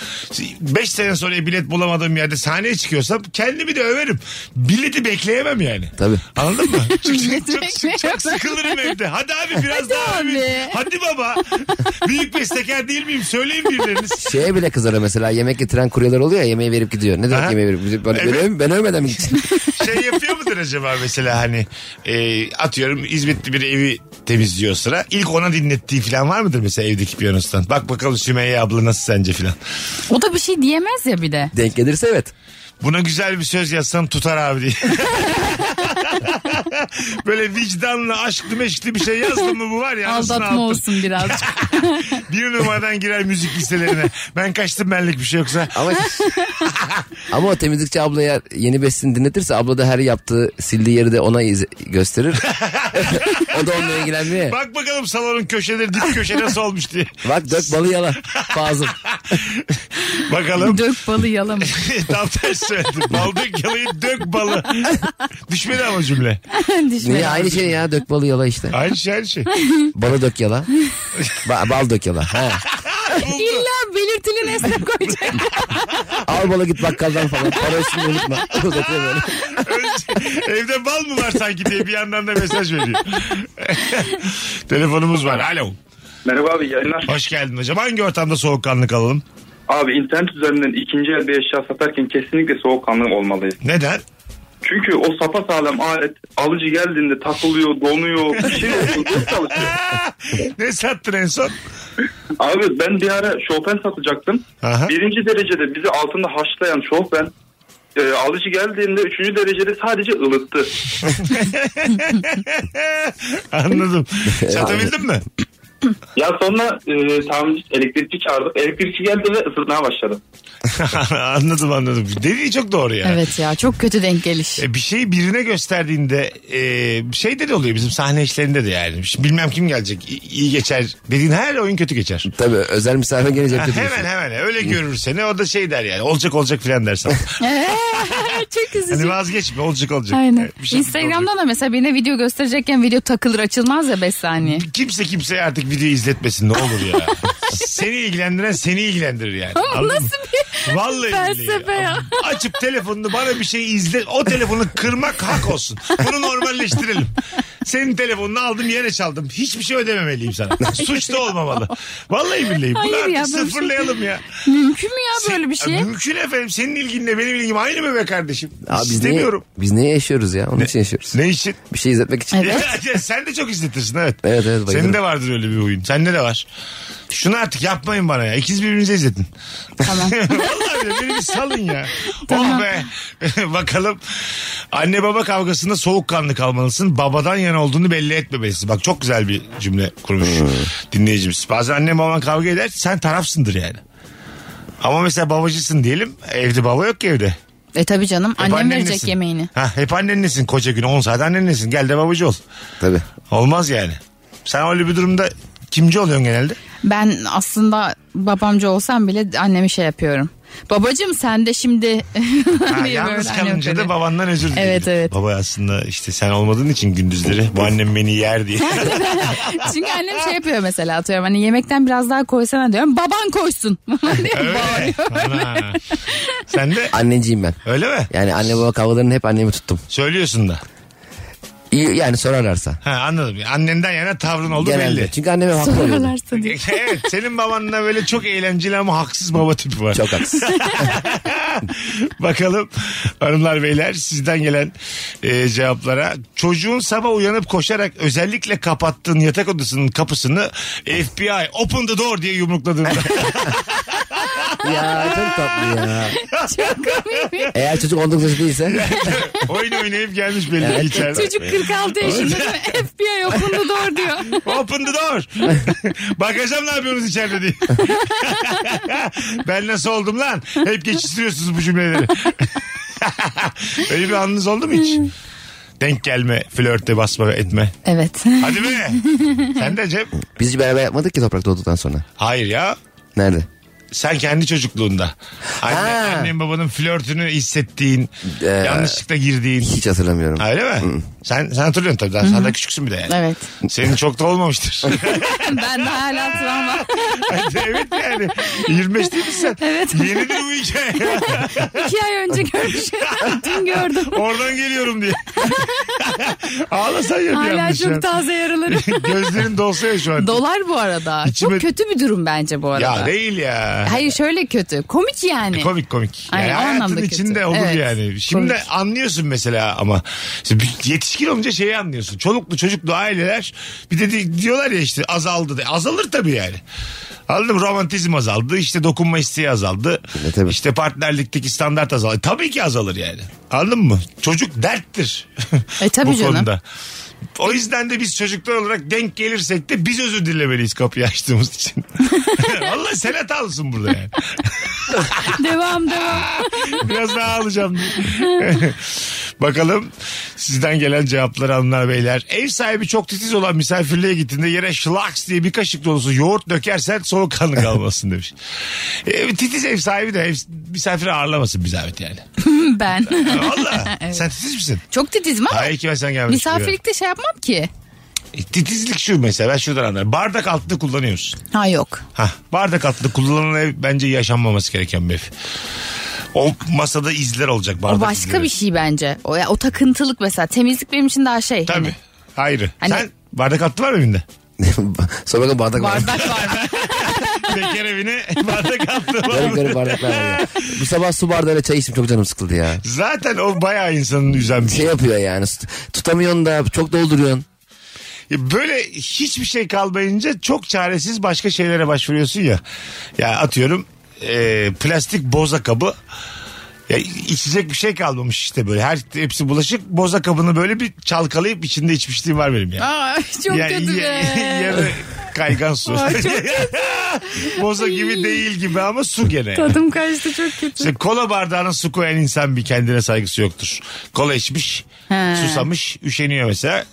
Speaker 2: 5 sene sonra e, bilet bulamadığım yerde sahneye çıkıyorsam kendimi de överim. Bileti bekleyemem yani.
Speaker 3: Tabii.
Speaker 2: Anladın mı? Çok, çok, çok, çok sıkılırım evde. Hadi abi biraz
Speaker 4: Hadi
Speaker 2: daha abi.
Speaker 4: abi.
Speaker 2: Hadi baba. Büyük besteker değil miyim? Söyleyin birileriniz.
Speaker 3: Şeye bile kızarım mesela yemek getiren kuryeler oluyor ya yemeği verip gidiyor. Ne demek
Speaker 2: Aha.
Speaker 3: yemeği verip gidiyor? Ben, ben
Speaker 2: Evet.
Speaker 3: öv- ben övmeden mi gideceğim?
Speaker 2: şey yapıyor mudur acaba mesela hani e, atıyorum İzmitli bir evi temizliyor o sıra. İlk ona dinlettiği falan var mıdır mesela evdeki piyanostan? Bak bakalım Sümeyye abla nasıl sence falan.
Speaker 4: O da bir şey diyemez ya bir de.
Speaker 3: Denk gelirse evet.
Speaker 2: Buna güzel bir söz yazsam tutar abi diye. Böyle vicdanla aşklı meşkli bir şey yazdın mı bu var ya. anasını
Speaker 4: Aldatma
Speaker 2: aldın.
Speaker 4: olsun biraz.
Speaker 2: Bir numaradan girer müzik listelerine. Ben kaçtım benlik bir şey yoksa.
Speaker 3: Ama ama o temizlikçi ablaya yeni besini dinletirse abla da her yaptığı sildiği yeri de ona iz- gösterir. o da onunla ilgilenmiyor. Bak,
Speaker 2: Bak bakalım salonun köşeleri dip köşe nasıl olmuş diye.
Speaker 3: dök balı yala. Fazıl.
Speaker 2: Bakalım.
Speaker 4: Dök balı yalama.
Speaker 2: Tam tersi söyledim. Bal dök yalayı dök balı. Düşmedi ama cümle.
Speaker 4: Düşme.
Speaker 3: Niye aynı şey ya dök balı yala işte.
Speaker 2: Aynı şey aynı şey.
Speaker 3: Balı dök yala. Ba- bal dök yala. Ha.
Speaker 2: Buldu.
Speaker 4: İlla belirtili nesne koyacak.
Speaker 3: Al balı git bakkaldan falan. Para üstünü unutma. Uzatıyor böyle.
Speaker 2: Önce- Evde bal mı var sanki diye bir yandan da mesaj veriyor. Telefonumuz var. Alo.
Speaker 6: Merhaba abi yayınlar.
Speaker 2: Hoş geldin hocam. Hangi ortamda soğukkanlık alalım?
Speaker 6: Abi internet üzerinden ikinci el bir eşya satarken kesinlikle soğukkanlı olmalıyız.
Speaker 2: Neden?
Speaker 6: Çünkü o sapasağlam alet alıcı geldiğinde takılıyor, donuyor, bir şey oluyor, çok çalışıyor.
Speaker 2: Ne sattın en son?
Speaker 6: Abi ben bir ara şofben satacaktım.
Speaker 2: Aha.
Speaker 6: Birinci derecede bizi altında haşlayan şofben e, alıcı geldiğinde üçüncü derecede sadece ılıttı.
Speaker 2: Anladım. Satabildin mi?
Speaker 6: Ya sonra e, tamirci elektrikçi çağırdık. Elektrikçi geldi ve ısıtmaya başladı.
Speaker 2: anladım anladım. Dediği çok doğru yani.
Speaker 4: evet ya çok kötü denk geliş.
Speaker 2: E, bir şeyi birine gösterdiğinde e, şeyde de oluyor bizim sahne işlerinde de yani. Şimdi bilmem kim gelecek i- iyi geçer dediğin her oyun kötü geçer.
Speaker 3: Tabii özel misafir gelecek.
Speaker 2: Ha,
Speaker 3: dedi.
Speaker 2: hemen hemen öyle görür seni o da şey der yani olacak olacak filan dersen.
Speaker 4: çok üzücü.
Speaker 2: E- hani vazgeçme olacak olacak.
Speaker 4: Aynen.
Speaker 2: Evet, bir şey şekilde olacak.
Speaker 4: Instagram'da da mesela birine video gösterecekken video takılır açılmaz ya 5 saniye.
Speaker 2: Kimse kimseye artık video izletmesin ne olur ya. seni ilgilendiren seni ilgilendirir yani.
Speaker 4: Ama
Speaker 2: Anladın
Speaker 4: nasıl
Speaker 2: mı?
Speaker 4: bir
Speaker 2: Vallahi
Speaker 4: felsefe
Speaker 2: billahi.
Speaker 4: ya?
Speaker 2: Açıp telefonunu bana bir şey izle. O telefonu kırmak hak olsun. Bunu normalleştirelim. Senin telefonunu aldım yere çaldım. Hiçbir şey ödememeliyim sana. Suç da olmamalı. Vallahi billahi. Bunu artık
Speaker 4: Hayır ya, böyle bir şey-
Speaker 2: sıfırlayalım ya.
Speaker 4: Mümkün mü ya böyle bir şey?
Speaker 2: Ya Mümkün efendim. Senin ilginle benim ilgim aynı mı be kardeşim?
Speaker 3: Abi biz niye,
Speaker 2: İstemiyorum.
Speaker 3: biz niye yaşıyoruz ya? Onun için yaşıyoruz.
Speaker 2: Ne için?
Speaker 3: Bir şey izletmek için.
Speaker 4: Evet.
Speaker 2: Ya Sen de çok izletirsin evet.
Speaker 3: Evet, evet, bayılırım.
Speaker 2: Senin de vardır öyle bir huyun. Sende de var. Şunu artık yapmayın bana ya. İkiz birbirinize izletin.
Speaker 4: Tamam.
Speaker 2: Vallahi bile beni bir salın ya. Oh
Speaker 4: Tamam.
Speaker 2: be. Bakalım. Anne baba kavgasında soğukkanlı kalmalısın. Babadan yana olduğunu belli etmemelisin. Bak çok güzel bir cümle kurmuş
Speaker 3: Hmm.
Speaker 2: dinleyicimiz. Bazen anne baban kavga eder. Sen tarafsındır yani. Ama mesela babacısın diyelim. Evde baba yok ki evde.
Speaker 4: E tabi canım
Speaker 2: Hep
Speaker 4: annem verecek
Speaker 2: annenlesin.
Speaker 4: yemeğini.
Speaker 2: Ha, hep annenlesin koca gün 10 saat annenlesin. Gel de babacı ol.
Speaker 3: Tabii.
Speaker 2: Olmaz yani. Sen öyle bir durumda kimci oluyorsun genelde?
Speaker 4: Ben aslında babamcı olsam bile annemi şey yapıyorum. Babacım sen de şimdi
Speaker 2: Ha,
Speaker 4: diye
Speaker 2: yalnız
Speaker 4: böyle annem
Speaker 2: kalınca da
Speaker 4: böyle.
Speaker 2: babandan özür dilerim.
Speaker 4: Evet, evet.
Speaker 2: Baba aslında işte sen olmadığın için gündüzleri bu annem beni yer diye.
Speaker 4: Çünkü annem şey yapıyor mesela atıyorum hani yemekten biraz daha koysana diyorum. Baban koysun.
Speaker 2: öyle. Ana. Sen de
Speaker 3: Anneciyim ben.
Speaker 2: öyle mi?
Speaker 3: Yani anne baba kavgalarının hep annemi tuttum.
Speaker 2: Söylüyorsun da.
Speaker 3: İyi, yani sorarlarsa.
Speaker 2: Ha, anladım. Annenden yana tavrın oldu
Speaker 3: Genelde.
Speaker 2: belli.
Speaker 3: Çünkü anneme haklı oluyordu.
Speaker 4: Sorarsa diye.
Speaker 2: evet senin babanla böyle çok eğlenceli ama haksız baba tipi var.
Speaker 3: Çok haksız.
Speaker 2: Bakalım hanımlar beyler sizden gelen e, cevaplara. Çocuğun sabah uyanıp koşarak özellikle kapattığın yatak odasının kapısını FBI open the door diye yumrukladığında.
Speaker 3: ya çok tatlı ya. Eğer çocuk 19 yaşı değilse
Speaker 2: Oyun oynayıp gelmiş belli
Speaker 3: Evet.
Speaker 2: içeride.
Speaker 4: Çocuk 46 yaşında değil mi? FBI okundu doğru diyor.
Speaker 2: Open the door. Bakacağım ne yapıyorsunuz içeride diye. ben nasıl oldum lan? Hep geçiştiriyorsunuz bu cümleleri. Öyle bir anınız oldu mu hiç? Denk gelme, flörte basma ve etme.
Speaker 4: Evet.
Speaker 2: Hadi be. Sen de Cem.
Speaker 3: biz hiç beraber yapmadık ki toprak doğduktan sonra.
Speaker 2: Hayır ya.
Speaker 3: Nerede?
Speaker 2: Sen kendi çocukluğunda. Anne,
Speaker 3: Ha.
Speaker 2: annen babanın flörtünü hissettiğin, yanlışlıkla girdiğin.
Speaker 3: Hiç hatırlamıyorum.
Speaker 2: Öyle mi? Sen, sen hatırlıyorsun tabii. Daha, sen daha küçüksün bir de yani.
Speaker 4: Evet.
Speaker 2: Senin çok da olmamıştır.
Speaker 4: ben de hala travma.
Speaker 2: evet yani. 25 değil misin sen?
Speaker 4: Evet.
Speaker 2: Yenidir bu hikaye.
Speaker 4: İki ay önce görmüşüm. Dün gördüm.
Speaker 2: Oradan geliyorum diye. Ağlasan ya bir
Speaker 4: Hala
Speaker 2: yandan şu an.
Speaker 4: çok taze yaralarım.
Speaker 2: Gözlerin dolsa ya şu an.
Speaker 4: Dolar bu arada.
Speaker 2: İçime-
Speaker 4: Çok kötü bir durum bence bu arada.
Speaker 2: ya değil ya.
Speaker 4: Hayır şöyle kötü. Komik yani.
Speaker 2: E, Komik komik. Yani
Speaker 4: Aynen, o
Speaker 2: hayatın
Speaker 4: anlamda kötü.
Speaker 2: içinde olur
Speaker 4: Evet.
Speaker 2: yani. Şimdi
Speaker 4: Komik.
Speaker 2: anlıyorsun mesela ama işte bir yetişkin olunca şeyi anlıyorsun. Çoluklu çocuklu aileler bir de di- diyorlar ya işte azaldı. De. Azalır tabii yani. Anladın mı? Romantizm azaldı. işte dokunma isteği azaldı. İşte partnerlikteki standart azaldı. Tabii ki azalır yani. Anladın mı? Çocuk derttir.
Speaker 4: E, tabii
Speaker 2: Bu
Speaker 4: canım.
Speaker 2: konuda. O yüzden de biz çocuklar olarak denk gelirsek de biz özür dilemeliyiz kapıyı açtığımız için. Vallahi sen hatalısın burada yani.
Speaker 4: devam devam.
Speaker 2: Biraz daha alacağım. Bakalım sizden gelen cevapları hanımlar beyler. Ev sahibi çok titiz olan misafirliğe gittiğinde yere şlaks diye bir kaşık dolusu yoğurt dökersen soğukkanlı kalmasın demiş. E, titiz ev sahibi de ev, misafiri ağırlamasın bir zahmet yani.
Speaker 4: ben.
Speaker 2: Valla
Speaker 4: Evet.
Speaker 2: sen titiz misin?
Speaker 4: Çok titizim ama
Speaker 2: Hayır ki ben sen gelmiş. gibi.
Speaker 4: misafirlikte şey yapmam ki.
Speaker 2: E, Titizlik şu mesela ben şuradan anlarım. Bardak altını kullanıyorsun.
Speaker 4: Ha yok.
Speaker 2: Hah, bardak altında kullanılan ev bence yaşanmaması gereken bir ev. O masada izler olacak bardak
Speaker 4: o başka
Speaker 2: izleri.
Speaker 4: bir şey bence. O, ya, o takıntılık mesela. Temizlik benim için daha şey.
Speaker 2: Tabii.
Speaker 4: Hani
Speaker 2: Ayrı.
Speaker 4: Hani-
Speaker 2: Sen bardak attı var mı evinde?
Speaker 3: Sonra bakın bardak var.
Speaker 4: bardak var mı?
Speaker 2: Bekar evine bardak attı var
Speaker 3: Garip
Speaker 2: mı?
Speaker 3: garip bardaklar var ya. Bu sabah su bardağıyla çay içtim çok canım sıkıldı ya.
Speaker 2: Zaten o bayağı insanın üzen bir şey.
Speaker 3: Şey yapıyor yani tut- tutamıyorsun da çok dolduruyorsun.
Speaker 2: Ya Böyle hiçbir şey kalmayınca çok çaresiz başka şeylere başvuruyorsun ya. Ya atıyorum e, plastik boza kabı. Ya içecek bir şey kalmamış işte böyle. Her hepsi bulaşık. Boza kabını böyle bir çalkalayıp içinde içmişliğim var benim ya.
Speaker 4: Aa, çok
Speaker 2: Ya-
Speaker 4: kötü be.
Speaker 2: ya- yarı kaygan su.
Speaker 4: Ay, çok
Speaker 2: Boza gibi değil gibi ama su gene.
Speaker 4: Tadım kaçtı çok kötü.
Speaker 2: İşte kola bardağına su koyan insan bir kendine saygısı yoktur. Kola içmiş,
Speaker 4: He.
Speaker 2: susamış, üşeniyor mesela.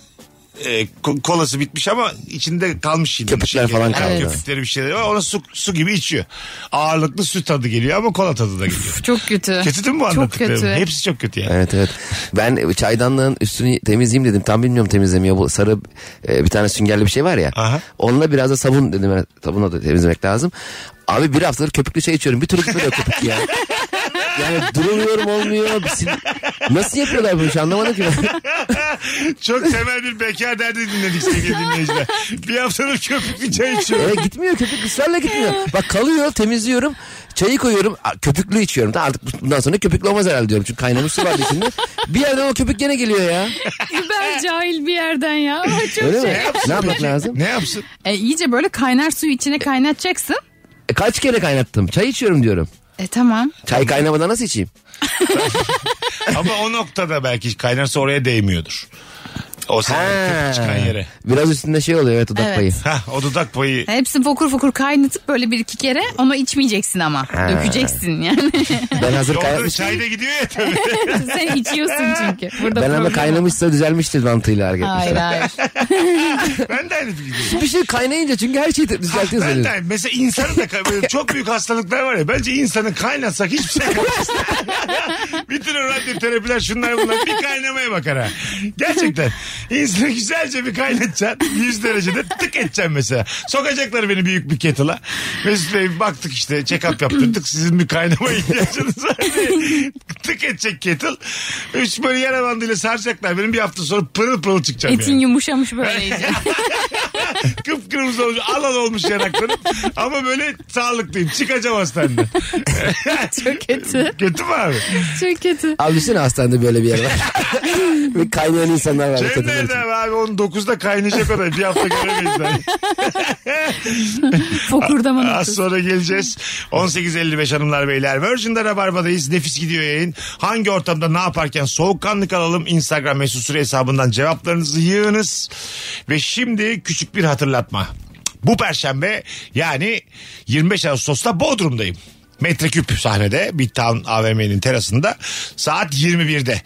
Speaker 2: Ee, ko- kolası bitmiş ama içinde kalmış yine.
Speaker 3: Köpükler
Speaker 2: Bir şey-
Speaker 3: falan kaldı.
Speaker 2: Evet. Köpükleri bir şeyler var. Ona su, su gibi içiyor. Ağırlıklı su tadı geliyor ama kola tadı da geliyor.
Speaker 4: Çok kötü.
Speaker 2: kötü değil mi bu
Speaker 4: Çok
Speaker 2: anlattıklarım?
Speaker 4: kötü.
Speaker 2: Hepsi çok kötü yani.
Speaker 3: Evet evet. Ben çaydanlığın üstünü temizleyeyim dedim. Tam bilmiyorum temizlemiyor. Bu sarı e, bir tane süngerli bir şey var ya.
Speaker 2: Aha.
Speaker 3: Onunla biraz da sabun dedim. Ben, sabunla da temizlemek lazım. Abi bir haftadır köpüklü çay içiyorum. Bir türlü gitmedi o köpük ya. Yani duramıyorum olmuyor. Bir sin- Nasıl yapıyorlar bunu hiç anlamadım ki. ben.
Speaker 2: Çok temel bir bekar derdi dinledik sevgili dinleyiciler. Bir haftadır köpüklü çay içiyorum.
Speaker 3: evet gitmiyor köpük ısrarla gitmiyor. Bak kalıyor temizliyorum. Çayı koyuyorum. a, Köpüklü içiyorum. Da Artık bundan sonra köpüklü olmaz herhalde diyorum. Çünkü kaynamış su vardı içinde. Bir yerden o köpük gene geliyor ya.
Speaker 4: Biber cahil bir yerden ya. Ama Çok
Speaker 3: Öyle
Speaker 4: şey.
Speaker 3: mi? Ne yapmak lazım?
Speaker 2: Ne yapsın?
Speaker 4: E, iyice böyle kaynar suyu içine kaynatacaksın.
Speaker 3: E, kaç kere kaynattım? Çay içiyorum diyorum.
Speaker 4: E tamam.
Speaker 3: Çay kaynamadan nasıl içeyim?
Speaker 2: Ama o noktada belki kaynarsa oraya değmiyordur. O senin
Speaker 3: Ha.
Speaker 2: köpük çıkan yere.
Speaker 3: Biraz üstünde şey oluyor evet dudak
Speaker 4: Evet.
Speaker 3: payı.
Speaker 2: Ha, o dudak payı
Speaker 4: E, Hepsini fokur fokur kaynatıp böyle bir iki kere onu içmeyeceksin ama. Dökeceksin yani.
Speaker 3: Ben hazır
Speaker 2: Orada
Speaker 3: kaynamış.
Speaker 2: çay da gidiyor ya tabii.
Speaker 4: Sen içiyorsun çünkü. Burada
Speaker 3: Ben ama
Speaker 4: problem-
Speaker 3: kaynamışsa düzelmiştir mantığıyla hareket
Speaker 4: Hayır
Speaker 3: etmişler.
Speaker 4: hayır.
Speaker 2: ben de aynı fikirdeyim.
Speaker 3: Bir şey kaynayınca çünkü her şeyi düzeltiyoruz.
Speaker 2: Ah, Ben de
Speaker 3: öyle.
Speaker 2: aynı. Mesela insanın da böyle çok büyük hastalıklar var ya. Bence insanın kaynatsak hiçbir şey kalmaz. Bütün o radyo terapiler şunlar bunlar bir kaynamaya bakar ha. Gerçekten. İnsanı güzelce bir kaynatacaksın. 100 derecede tık edeceksin mesela. Sokacaklar beni büyük bir kettle'a. Mesut Bey baktık işte check-up yaptırdık. Sizin bir kaynama ihtiyacınız var diye. Tık edecek kettle. Üç böyle yara bandıyla saracaklar. Benim bir hafta sonra pırıl pırıl çıkacağım yani.
Speaker 4: Etin yumuşamış böyle iyice.
Speaker 2: Kıpkırmızı olmuş. Alan olmuş yanaklarım. Ama böyle sağlıklıyım. Çıkacağım hastaneden.
Speaker 4: Çok kötü.
Speaker 2: Kötü mü abi?
Speaker 4: Çok kötü.
Speaker 3: Abi düşünsene hastanede böyle bir yer var. Ve kaynayan insanlar var.
Speaker 2: Cem
Speaker 3: kadınlar için.
Speaker 2: nerede abi? abi? Onun 9'da kaynayacak o da. Bir hafta göremeyiz. ben.
Speaker 4: Fokurdama
Speaker 2: Az
Speaker 4: noktası.
Speaker 2: sonra geleceğiz. 18.55 hanımlar beyler. Virgin'de Rabarba'dayız. Nefis gidiyor yayın. Hangi ortamda ne yaparken soğukkanlı kalalım. Instagram mesut süre hesabından cevaplarınızı yığınız. Ve şimdi küçük bir hatırlatma. Bu perşembe yani 25 Ağustos'ta Bodrum'dayım. Metreküp sahnede Midtown AVM'nin terasında saat 21'de.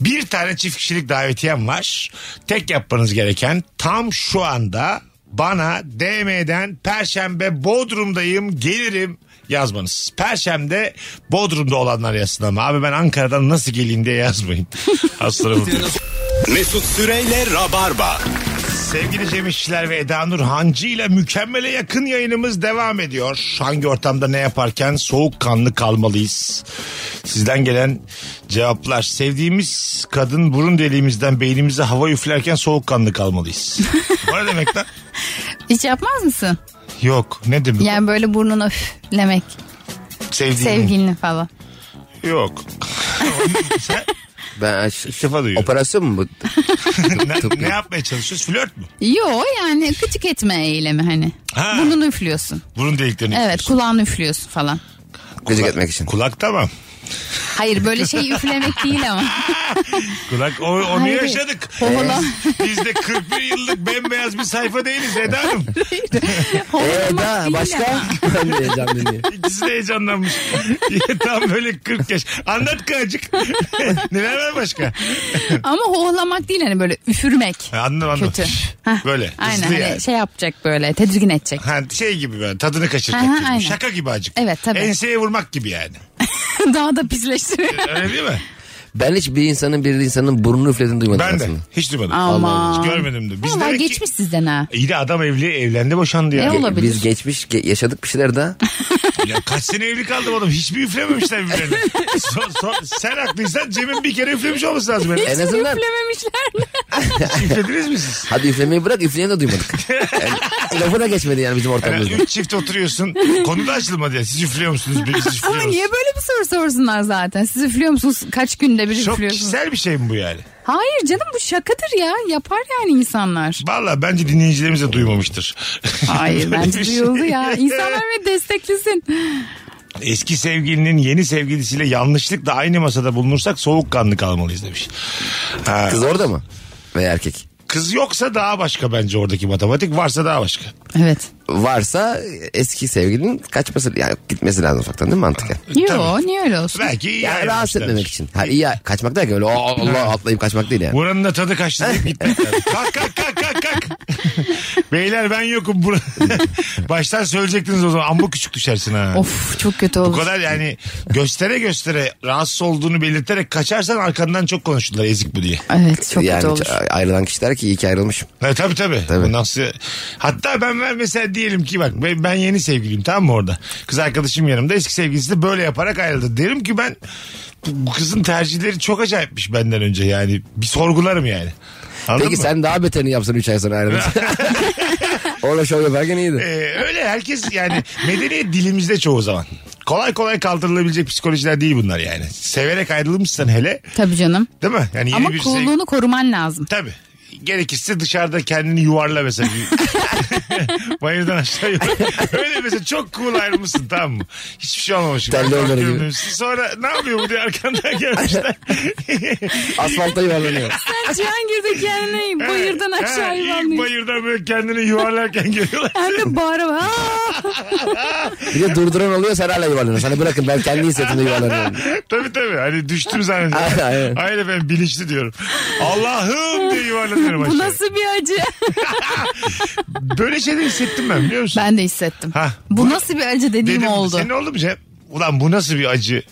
Speaker 2: Bir tane çift kişilik davetiyem var. Tek yapmanız gereken tam şu anda bana DM'den Perşembe Bodrum'dayım gelirim yazmanız. Perşembe Bodrum'da olanlar yazsın ama abi ben Ankara'dan nasıl geleyim diye yazmayın. Aslanım.
Speaker 1: Mesut Süreyle Rabarba.
Speaker 2: Sevgili Cem İşçiler ve Eda Nur Hancı ile mükemmele yakın yayınımız devam ediyor. Hangi ortamda ne yaparken soğukkanlı kalmalıyız? Sizden gelen cevaplar. Sevdiğimiz kadın burun deliğimizden beynimize hava üflerken soğukkanlı kalmalıyız. o ne demek lan?
Speaker 4: Hiç yapmaz mısın?
Speaker 2: Yok ne demek?
Speaker 4: Yani böyle burnunu üflemek.
Speaker 2: Sevdiğini.
Speaker 4: Sevgilini falan.
Speaker 2: Yok.
Speaker 3: Ben
Speaker 2: İlk defa duyuyorum.
Speaker 3: Operasyon mu bu?
Speaker 2: ne, ne yapmaya çalışıyoruz? Flört mü?
Speaker 4: Yo yani küçük etme eylemi hani.
Speaker 2: Ha.
Speaker 4: Burnunu üflüyorsun.
Speaker 2: Burun deliklerini.
Speaker 4: Evet kulağını üflüyorsun falan.
Speaker 3: Gıcık etmek için.
Speaker 2: Kulak tamam.
Speaker 4: Hayır böyle şey üflemek değil ama.
Speaker 2: Kulak o, onu
Speaker 4: Hayır.
Speaker 2: yaşadık.
Speaker 4: Hohola.
Speaker 2: Biz de 41 yıllık bembeyaz bir sayfa değiliz Eda Hanım.
Speaker 3: Eda Ee, başka? ben de heyecanlıyım.
Speaker 2: İkisi de heyecanlanmış. Tam böyle 40 yaş. Anlat kacık. Neler var başka?
Speaker 4: ama hohlamak değil hani böyle üfürmek.
Speaker 2: Ha, Anladım anladım.
Speaker 4: Kötü. Heh.
Speaker 2: Böyle.
Speaker 4: Aynen
Speaker 2: hızlı
Speaker 4: hani
Speaker 2: yani.
Speaker 4: şey yapacak böyle tedirgin edecek.
Speaker 2: Ha, şey gibi böyle tadını kaçıracak
Speaker 4: Aha,
Speaker 2: gibi.
Speaker 4: aynen.
Speaker 2: Şaka gibi acık.
Speaker 4: Evet, tabii.
Speaker 2: Enseye vurmak gibi yani.
Speaker 4: Daha da pisleştiriyor.
Speaker 2: Öyle değil mi?
Speaker 3: Ben hiç bir insanın bir insanın burnunu üflediğini duymadım
Speaker 2: Ben de.
Speaker 3: aslında.
Speaker 2: Hiç duymadım.
Speaker 4: Aman.
Speaker 2: Hiç görmedim de. Biz
Speaker 4: Ama
Speaker 2: demek ki...
Speaker 4: geçmiş sizden ha.
Speaker 2: İyi de adam evli, evlendi boşandı ya.
Speaker 4: Ne olabilir?
Speaker 3: Biz geçmiş ge- yaşadık bir şeyler daha.
Speaker 2: Ya kaç sene evli kaldım oğlum. Hiçbir üflememişler birbirlerine. So- so- sen haklıysan Cem'in bir kere üflemiş olması lazım. herhalde.
Speaker 3: en azından
Speaker 4: Üflememişler.
Speaker 2: Hiç üflediniz mi siz?
Speaker 3: hadi üflemeyi bırak üfleyeni de duymadık. Yani, lafı da geçmedi yani bizim
Speaker 2: Yani
Speaker 3: ortamımızda.
Speaker 2: üç çift oturuyorsun. Konu da açılmadı ya. Siz üflüyor musunuz? Biz
Speaker 4: Ama
Speaker 2: üflüyoruz.
Speaker 4: niye böyle bir soru sorsunlar zaten? Siz üflüyor musunuz? Kaç günde bir
Speaker 2: Çok
Speaker 4: üflüyorsunuz?
Speaker 2: kişisel bir şey mi bu yani?
Speaker 4: Hayır canım bu şakadır ya. Yapar yani insanlar.
Speaker 2: Valla bence dinleyicilerimiz de duymamıştır. Böyle
Speaker 4: Hayır bence
Speaker 2: bir şey.
Speaker 4: duyuldu ya. İnsanlar beni desteklesin.
Speaker 2: Eski sevgilinin yeni sevgilisiyle yanlışlıkla aynı masada bulunursak soğukkanlı kalmalıyız demiş. Ha,
Speaker 3: Kız orada mı? Veya erkek.
Speaker 2: Kız yoksa daha başka bence oradaki matematik. Varsa daha başka.
Speaker 4: Evet.
Speaker 3: Varsa eski sevgilinin kaçması yani gitmesi lazım ufaktan değil mi mantıken?
Speaker 4: Yo niye öyle olsun?
Speaker 2: E, Belki iyi
Speaker 3: Yani rahatsız
Speaker 2: ayrılmışlardır.
Speaker 3: etmemek için. Ha, iyi kaçmak derken öyle "Aa, Allah atlayıp kaçmak değil yani.
Speaker 2: Buranın da tadı kaçtı deyip gitmek lazım. Kalk kalk kalk kalk kalk. Beyler ben yokum. Bura... Baştan söyleyecektiniz o zaman. Amma küçük düşersin ha.
Speaker 4: Of çok kötü
Speaker 2: Bu
Speaker 4: oldu.
Speaker 2: kadar yani göstere göstere rahatsız olduğunu belirterek kaçarsan arkandan çok konuştular ezik bu diye.
Speaker 4: Evet çok
Speaker 3: yani
Speaker 4: kötü olur.
Speaker 3: ayrılan kişiler ki iyi ki ayrılmışım.
Speaker 2: Ha, tabii tabii.
Speaker 3: Tabii.
Speaker 2: Bu Nasıl... Hatta ben, ben mesela diyelim ki bak ben, ben yeni sevgiliyim tamam mı orada? Kız arkadaşım yanımda eski sevgilisi de böyle yaparak ayrıldı. Derim ki ben bu bu kızın tercihleri çok acayipmiş benden önce yani. Bir sorgularım yani. Anladın
Speaker 3: Peki
Speaker 2: mı?
Speaker 3: sen daha beterini yapsan 3 ay sonra ayrılmışsın. Orada şov yaparken iyiydi.
Speaker 2: Ee, öyle herkes yani medeniyet dilimizde çoğu zaman. Kolay kolay kaldırılabilecek psikolojiler değil bunlar yani. Severek ayrılmışsan hele
Speaker 4: Tabii canım.
Speaker 2: değil mi? Yani yeni
Speaker 4: Ama
Speaker 2: bir şey...
Speaker 4: coolluğunu koruman lazım.
Speaker 2: Tabii. Gerekirse dışarıda kendini yuvarla mesela. Bayırdan aşağı yuvarla. Öyle mesela çok cool ayrılmışsın tamam mı? Hiçbir şey olmamış. gibi.
Speaker 3: Telli olmalı gibi.
Speaker 2: Görünüyorsun. Sonra ne yapıyor bu diye arkandan gelmişler.
Speaker 3: Asfalta yuvarlanıyor.
Speaker 4: Sen Cihangir'de kendini bayırdan
Speaker 2: Ha,
Speaker 4: aşağı
Speaker 2: ilk
Speaker 4: yuvarlıyorsun.
Speaker 2: Bayırdan böyle kendini yuvarlarken görüyorlar.
Speaker 4: Hem de bağırma. Aa!
Speaker 3: Bir de durduran oluyor sen hala yuvarlanıyorsun. Hani bırakın ben kendi hissettimde yuvarlanıyorum.
Speaker 2: tabii tabii. Hani düştüm zannediyorum.
Speaker 3: Aynen, aynen.
Speaker 2: Hayır efendim bilinçli diyorum. Allah'ım diye yuvarlanıyorum
Speaker 4: Bu
Speaker 2: aşağıya.
Speaker 4: nasıl bir acı?
Speaker 2: Böyle şeyler hissettim ben biliyor musun?
Speaker 4: Ben de hissettim.
Speaker 2: Ha.
Speaker 4: Bu nasıl bir acı dediğim
Speaker 2: Dedim,
Speaker 4: oldu.
Speaker 2: Senin oldu mu Cem? Ulan bu nasıl bir acı?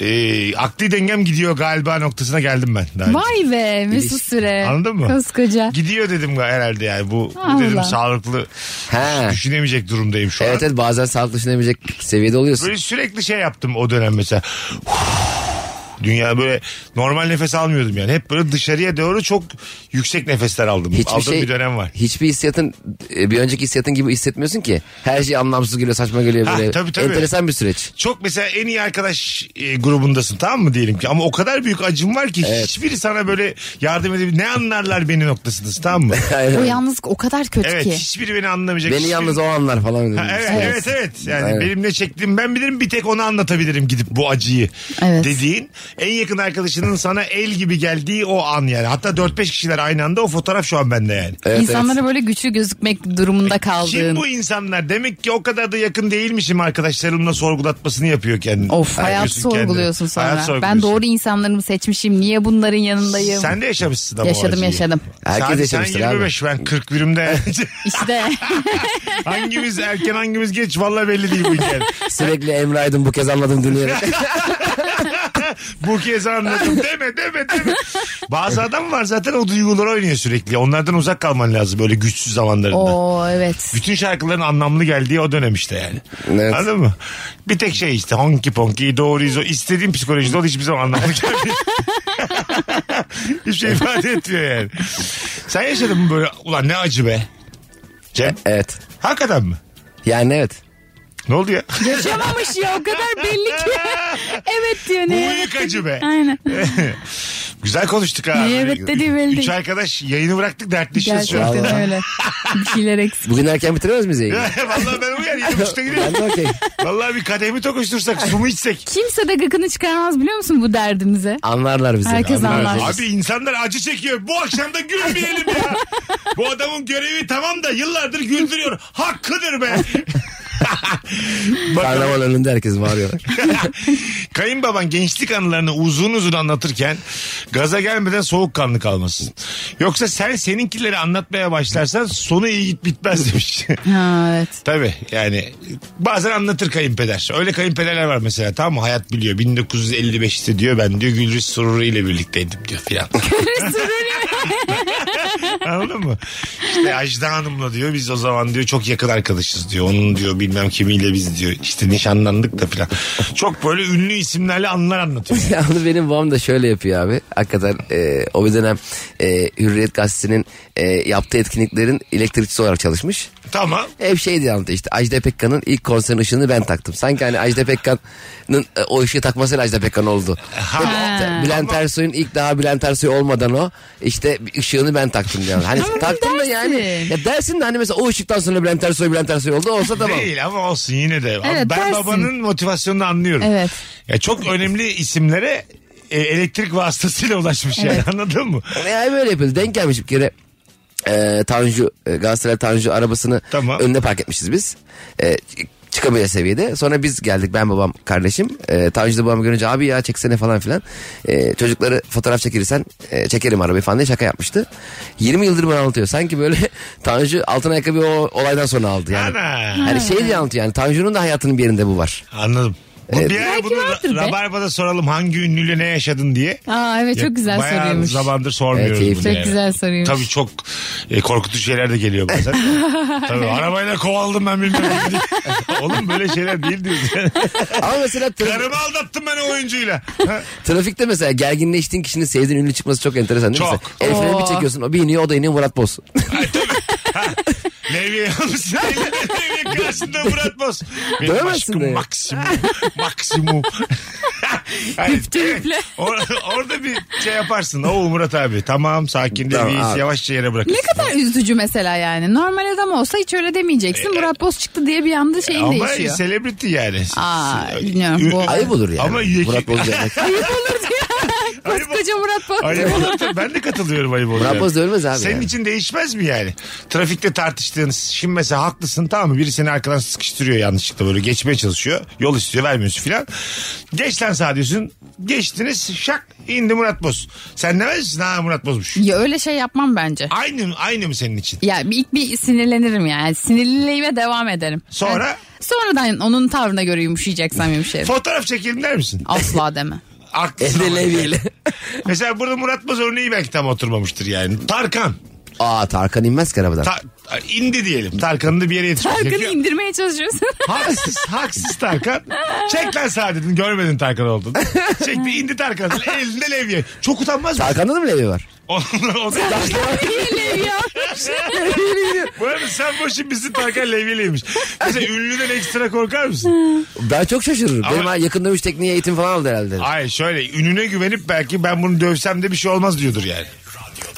Speaker 2: Ee, akli dengem gidiyor galiba noktasına geldim ben. Daha önce.
Speaker 4: Vay be Mesut Süre.
Speaker 2: Anladın mı?
Speaker 4: Koskoca.
Speaker 2: Gidiyor dedim herhalde yani bu
Speaker 4: Allah.
Speaker 2: dedim sağlıklı
Speaker 3: He.
Speaker 2: düşünemeyecek durumdayım şu
Speaker 3: Evet
Speaker 2: an.
Speaker 3: evet bazen sağlıklı düşünemeyecek seviyede oluyorsun.
Speaker 2: Böyle sürekli şey yaptım o dönem mesela. Dünya böyle normal nefes almıyordum yani. Hep böyle dışarıya doğru çok yüksek nefesler aldım. Aldığım bir dönem var.
Speaker 3: şey Hiçbir hissiyatın e, bir önceki hissiyatın gibi hissetmiyorsun ki. Her şey anlamsız geliyor, saçma geliyor
Speaker 2: Ha,
Speaker 3: böyle.
Speaker 2: tabii, tabii.
Speaker 3: Enteresan bir süreç.
Speaker 2: Çok mesela en iyi arkadaş e, grubundasın tamam mı diyelim ki ama o kadar büyük acım var ki hiçbiri sana böyle yardım edebilir. Ne anlarlar beni noktasındasın tamam mı?
Speaker 3: Aynen.
Speaker 4: O yalnızlık o kadar kötü
Speaker 2: Evet
Speaker 4: ki.
Speaker 2: hiçbiri beni anlamayacak.
Speaker 3: Beni
Speaker 2: hiçbiri-
Speaker 3: yalnız o anlar falan.
Speaker 2: Ha, evet, evet evet yani
Speaker 3: Aynen.
Speaker 2: benim ne çektiğimi ben bilirim bir tek onu anlatabilirim gidip bu acıyı
Speaker 4: Evet.
Speaker 2: dediğin en yakın arkadaşının sana el gibi geldiği o an yani. Hatta 4-5 kişiler aynı anda o fotoğraf şu an bende yani.
Speaker 4: İnsanlara böyle güçlü gözükmek durumunda
Speaker 2: Kim
Speaker 4: kaldığın.
Speaker 2: bu insanlar? Demek ki o kadar da yakın değilmişim arkadaşlarımla sorgulatmasını yapıyor kendini.
Speaker 4: Of hayat
Speaker 2: Yapıyorsun kendini.
Speaker 4: sorguluyorsun sonra.
Speaker 2: Hayat
Speaker 4: ben
Speaker 2: sorguluyorsun.
Speaker 4: doğru insanları mı seçmişim? Niye bunların yanındayım?
Speaker 2: Sen de yaşamışsın ama
Speaker 4: Yaşadım,
Speaker 2: o acıyı.
Speaker 4: yaşadım.
Speaker 3: Herkes
Speaker 2: sen,
Speaker 3: yaşamıştır
Speaker 2: sen
Speaker 3: abi.
Speaker 2: 25 ben 40 birimde.
Speaker 4: İşte
Speaker 2: hangimiz erken hangimiz geç valla belli değil bu hikaye.
Speaker 3: Sürekli Emre Aydın bu kez anladım dönüyorum.
Speaker 2: bu kez anladım deme deme deme. Bazı adam var zaten o duyguları oynuyor sürekli. Onlardan uzak kalman lazım böyle güçsüz zamanlarında.
Speaker 4: o evet.
Speaker 2: Bütün şarkıların anlamlı geldiği o dönem işte yani.
Speaker 3: Evet.
Speaker 2: Anladın mı? Bir tek şey işte honky ponky doğruyuz. o istediğim psikolojide o da hiçbir zaman anlamlı gelmiyor. hiçbir şey ifade etmiyor yani. Sen yaşadın mı böyle ulan ne acı be. Cem
Speaker 3: evet.
Speaker 2: hakikaten mi?
Speaker 3: Yani evet.
Speaker 2: Ne oldu ya?
Speaker 4: Yaşamamış ya o kadar belli ki. evet diyor
Speaker 2: Bu
Speaker 4: ne?
Speaker 2: büyük acı be.
Speaker 4: Aynen.
Speaker 2: Güzel konuştuk ha.
Speaker 4: Niye evet dediği belli
Speaker 2: Üç
Speaker 4: değil.
Speaker 2: arkadaş yayını bıraktık dertleşiyoruz şu an.
Speaker 4: Gerçekten öyle. Bir şeyler eksik.
Speaker 3: Bugün erken bitiremez miyiz yayını?
Speaker 2: Vallahi ben uyar. Yedi buçukta
Speaker 3: ben de
Speaker 2: gidelim.
Speaker 3: okey.
Speaker 2: Vallahi bir kadehimi tokuştursak, su mu içsek?
Speaker 4: Kimse de gıkını çıkaramaz biliyor musun bu derdimize?
Speaker 3: Anlarlar bizi.
Speaker 4: Herkes anlar.
Speaker 3: bizi.
Speaker 2: Abi insanlar acı çekiyor. Bu akşam da gülmeyelim ya. Bu adamın görevi tamam da yıllardır güldürüyor. Hakkıdır be. Bakalım.
Speaker 3: Karnaval önünde herkes bağırıyor.
Speaker 2: Kayınbaban gençlik anılarını uzun uzun anlatırken gaza gelmeden soğukkanlı kalmasın. Yoksa sen seninkileri anlatmaya başlarsan sonu iyi git bitmez demiş.
Speaker 4: Ha, evet.
Speaker 2: Tabii yani bazen anlatır kayınpeder. Öyle kayınpederler var mesela tamam mı? Hayat biliyor 1955'te diyor ben diyor Gülriz Sururi ile birlikteydim diyor filan. Anladın mı? İşte Ajda Hanım'la diyor biz o zaman diyor çok yakın arkadaşız diyor. Onun diyor bilmem kimiyle biz diyor işte nişanlandık da filan. Çok böyle ünlü isimlerle anılar anlatıyor. yani.
Speaker 3: Ya onu benim babam da şöyle yapıyor abi. Hakikaten e, o bir dönem e, Hürriyet Gazetesi'nin e, yaptığı etkinliklerin elektrikçisi olarak çalışmış.
Speaker 2: tamam.
Speaker 3: Hep şey diye anlatıyor işte Ajda Pekkan'ın ilk konserin ışığını ben taktım. Sanki hani Ajda Pekkan'ın e, o ışığı takmasıyla Ajda Pekkan oldu. Bülent Ersoy'un ilk daha Bülent Ersoy olmadan o işte ışığını ben taktım diyor. Hani taktım da yani ya dersin de hani mesela o ışıktan sonra Bülent Ersoy Bülent Ersoy oldu olsa tamam.
Speaker 2: Değil ama olsun yine de. Abi
Speaker 4: Evet,
Speaker 2: ben
Speaker 4: dersin.
Speaker 2: babanın motivasyonunu anlıyorum.
Speaker 4: Evet.
Speaker 2: Ya çok önemli isimlere e, elektrik vasıtasıyla ulaşmış yani anladın mı?
Speaker 3: Yani böyle yapıyoruz. Denk gelmiş bir kere. Ee, Tanju, e, Galatasaray Tanju arabasını
Speaker 2: Tamam.
Speaker 3: önüne park etmişiz biz. Ee, ç- çıkabilir seviyede. Sonra biz geldik ben babam kardeşim. Ee, Tanju da babamı görünce abi ya çeksene falan filan. Ee, çocukları fotoğraf çekilirsen e, çekerim arabayı falan diye şaka yapmıştı. 20 yıldır bana anlatıyor. Sanki böyle Tanju altın ayakkabı o olaydan sonra aldı yani.
Speaker 2: Ana.
Speaker 3: Yani şey diye anlatıyor yani Tanju'nun da hayatının bir yerinde bu var.
Speaker 2: Anladım. Bu
Speaker 3: Evet.
Speaker 2: bir ara
Speaker 4: Belki
Speaker 2: bunu
Speaker 4: vardır be.
Speaker 2: ra- Rabarba'da soralım hangi ünlüyle ne yaşadın diye.
Speaker 4: Aa evet
Speaker 2: Ya,
Speaker 4: çok güzel
Speaker 2: bayağı
Speaker 4: soruyormuş.
Speaker 2: zamandır sormuyoruz
Speaker 3: Evet, keyifli.
Speaker 2: bunu
Speaker 4: Çok
Speaker 2: yani.
Speaker 4: güzel soruyormuş.
Speaker 2: Tabii çok e, korkutucu şeyler de geliyor bazen. Tabii arabayla kovaldım ben bilmem ne diye. Oğlum böyle şeyler değil diyoruz. yani.
Speaker 3: Ama mesela tra-
Speaker 2: Karımı aldattım ben o oyuncuyla. Ha,
Speaker 3: trafikte mesela gerginleştiğin kişinin sevdiğin ünlü çıkması çok enteresan değil mi?
Speaker 2: Çok.
Speaker 3: Mesela El freni bir
Speaker 4: Oo.
Speaker 3: çekiyorsun o bir iniyor o da iniyor Murat Boz.
Speaker 2: Levye almışsın. Levye karşısında Murat Boz. Benim
Speaker 3: Dövemezsin de.
Speaker 2: aşkım maksimum. Maksimum. Hayır, evet. Or- orada bir şey yaparsın. O Murat abi tamam sakin
Speaker 3: Tamam
Speaker 2: tamam,
Speaker 3: abi.
Speaker 2: yavaşça yere bırakırsın.
Speaker 4: Ne kadar üzücü mesela yani. Normal adam olsa hiç öyle demeyeceksin. Murat Boz çıktı diye bir anda şeyin
Speaker 2: E, Ama
Speaker 4: değişiyor.
Speaker 2: celebrity yani.
Speaker 4: Aa,
Speaker 2: Siz-
Speaker 4: bilmiyorum, bu-
Speaker 3: Ayıp olur yani.
Speaker 2: Ama yeki-
Speaker 3: Murat Boz demek.
Speaker 4: Ayıp olur diye.
Speaker 2: Ayıp-
Speaker 4: Koskoca Murat Boz.
Speaker 2: Ayıp olur. Tabii Ben de katılıyorum ayıp olur.
Speaker 3: Murat Boz da ölmez abi
Speaker 2: Senin
Speaker 3: yani.
Speaker 2: için değişmez mi yani? Trafikte tartıştığınız şimdi mesela haklısın tamam mı? Biri seni arkadan sıkıştırıyor yanlışlıkla böyle geçmeye çalışıyor. Yol istiyor vermiyorsun filan. Geç lan sağ diyorsun. Geçtiniz şak indi Murat Boz. Sen demez misin ha Murat Boz'muş.
Speaker 4: Ya öyle şey yapmam bence.
Speaker 2: Aynı, mı- aynı mı senin için?
Speaker 4: Ya bir- ilk bir sinirlenirim yani. Sinirliliğime devam ederim.
Speaker 2: Sonra?
Speaker 4: Evet. sonradan onun tavrına göre yumuşayacaksam yumuşarım.
Speaker 2: Fotoğraf çekelim der misin?
Speaker 4: Asla deme.
Speaker 2: Haklısın ama.
Speaker 3: Evde Levi'yle.
Speaker 2: Mesela burada Murat Boz örneği belki tam oturmamıştır yani. Tarkan.
Speaker 3: Aa Tarkan inmez ki arabadan.
Speaker 2: Ta- indi diyelim. Tarkan'ın da bir yere yetişmiş.
Speaker 4: Tarkan'ı
Speaker 2: Yapıyor.
Speaker 4: indirmeye çalışıyorsun.
Speaker 2: Haksız, haksız Tarkan. Çek lan sağ dedin. Görmedin Tarkan olduğunu. Çekti indi Tarkan. Elinde levye. Çok utanmaz mı?
Speaker 3: Tarkan'da da mı Levi var?
Speaker 2: O- o-
Speaker 4: Diyelim ya.
Speaker 2: Bu arada sen boşun bizim Tarkan levyeliymiş. Mesela ünlüden ekstra korkar mısın?
Speaker 3: Ben çok şaşırırım.
Speaker 2: Ama-
Speaker 3: Benim ha yakın dövüş tekniği eğitim falan aldı herhalde.
Speaker 2: Hayır şöyle ününe güvenip belki ben bunu dövsem de bir şey olmaz diyordur yani.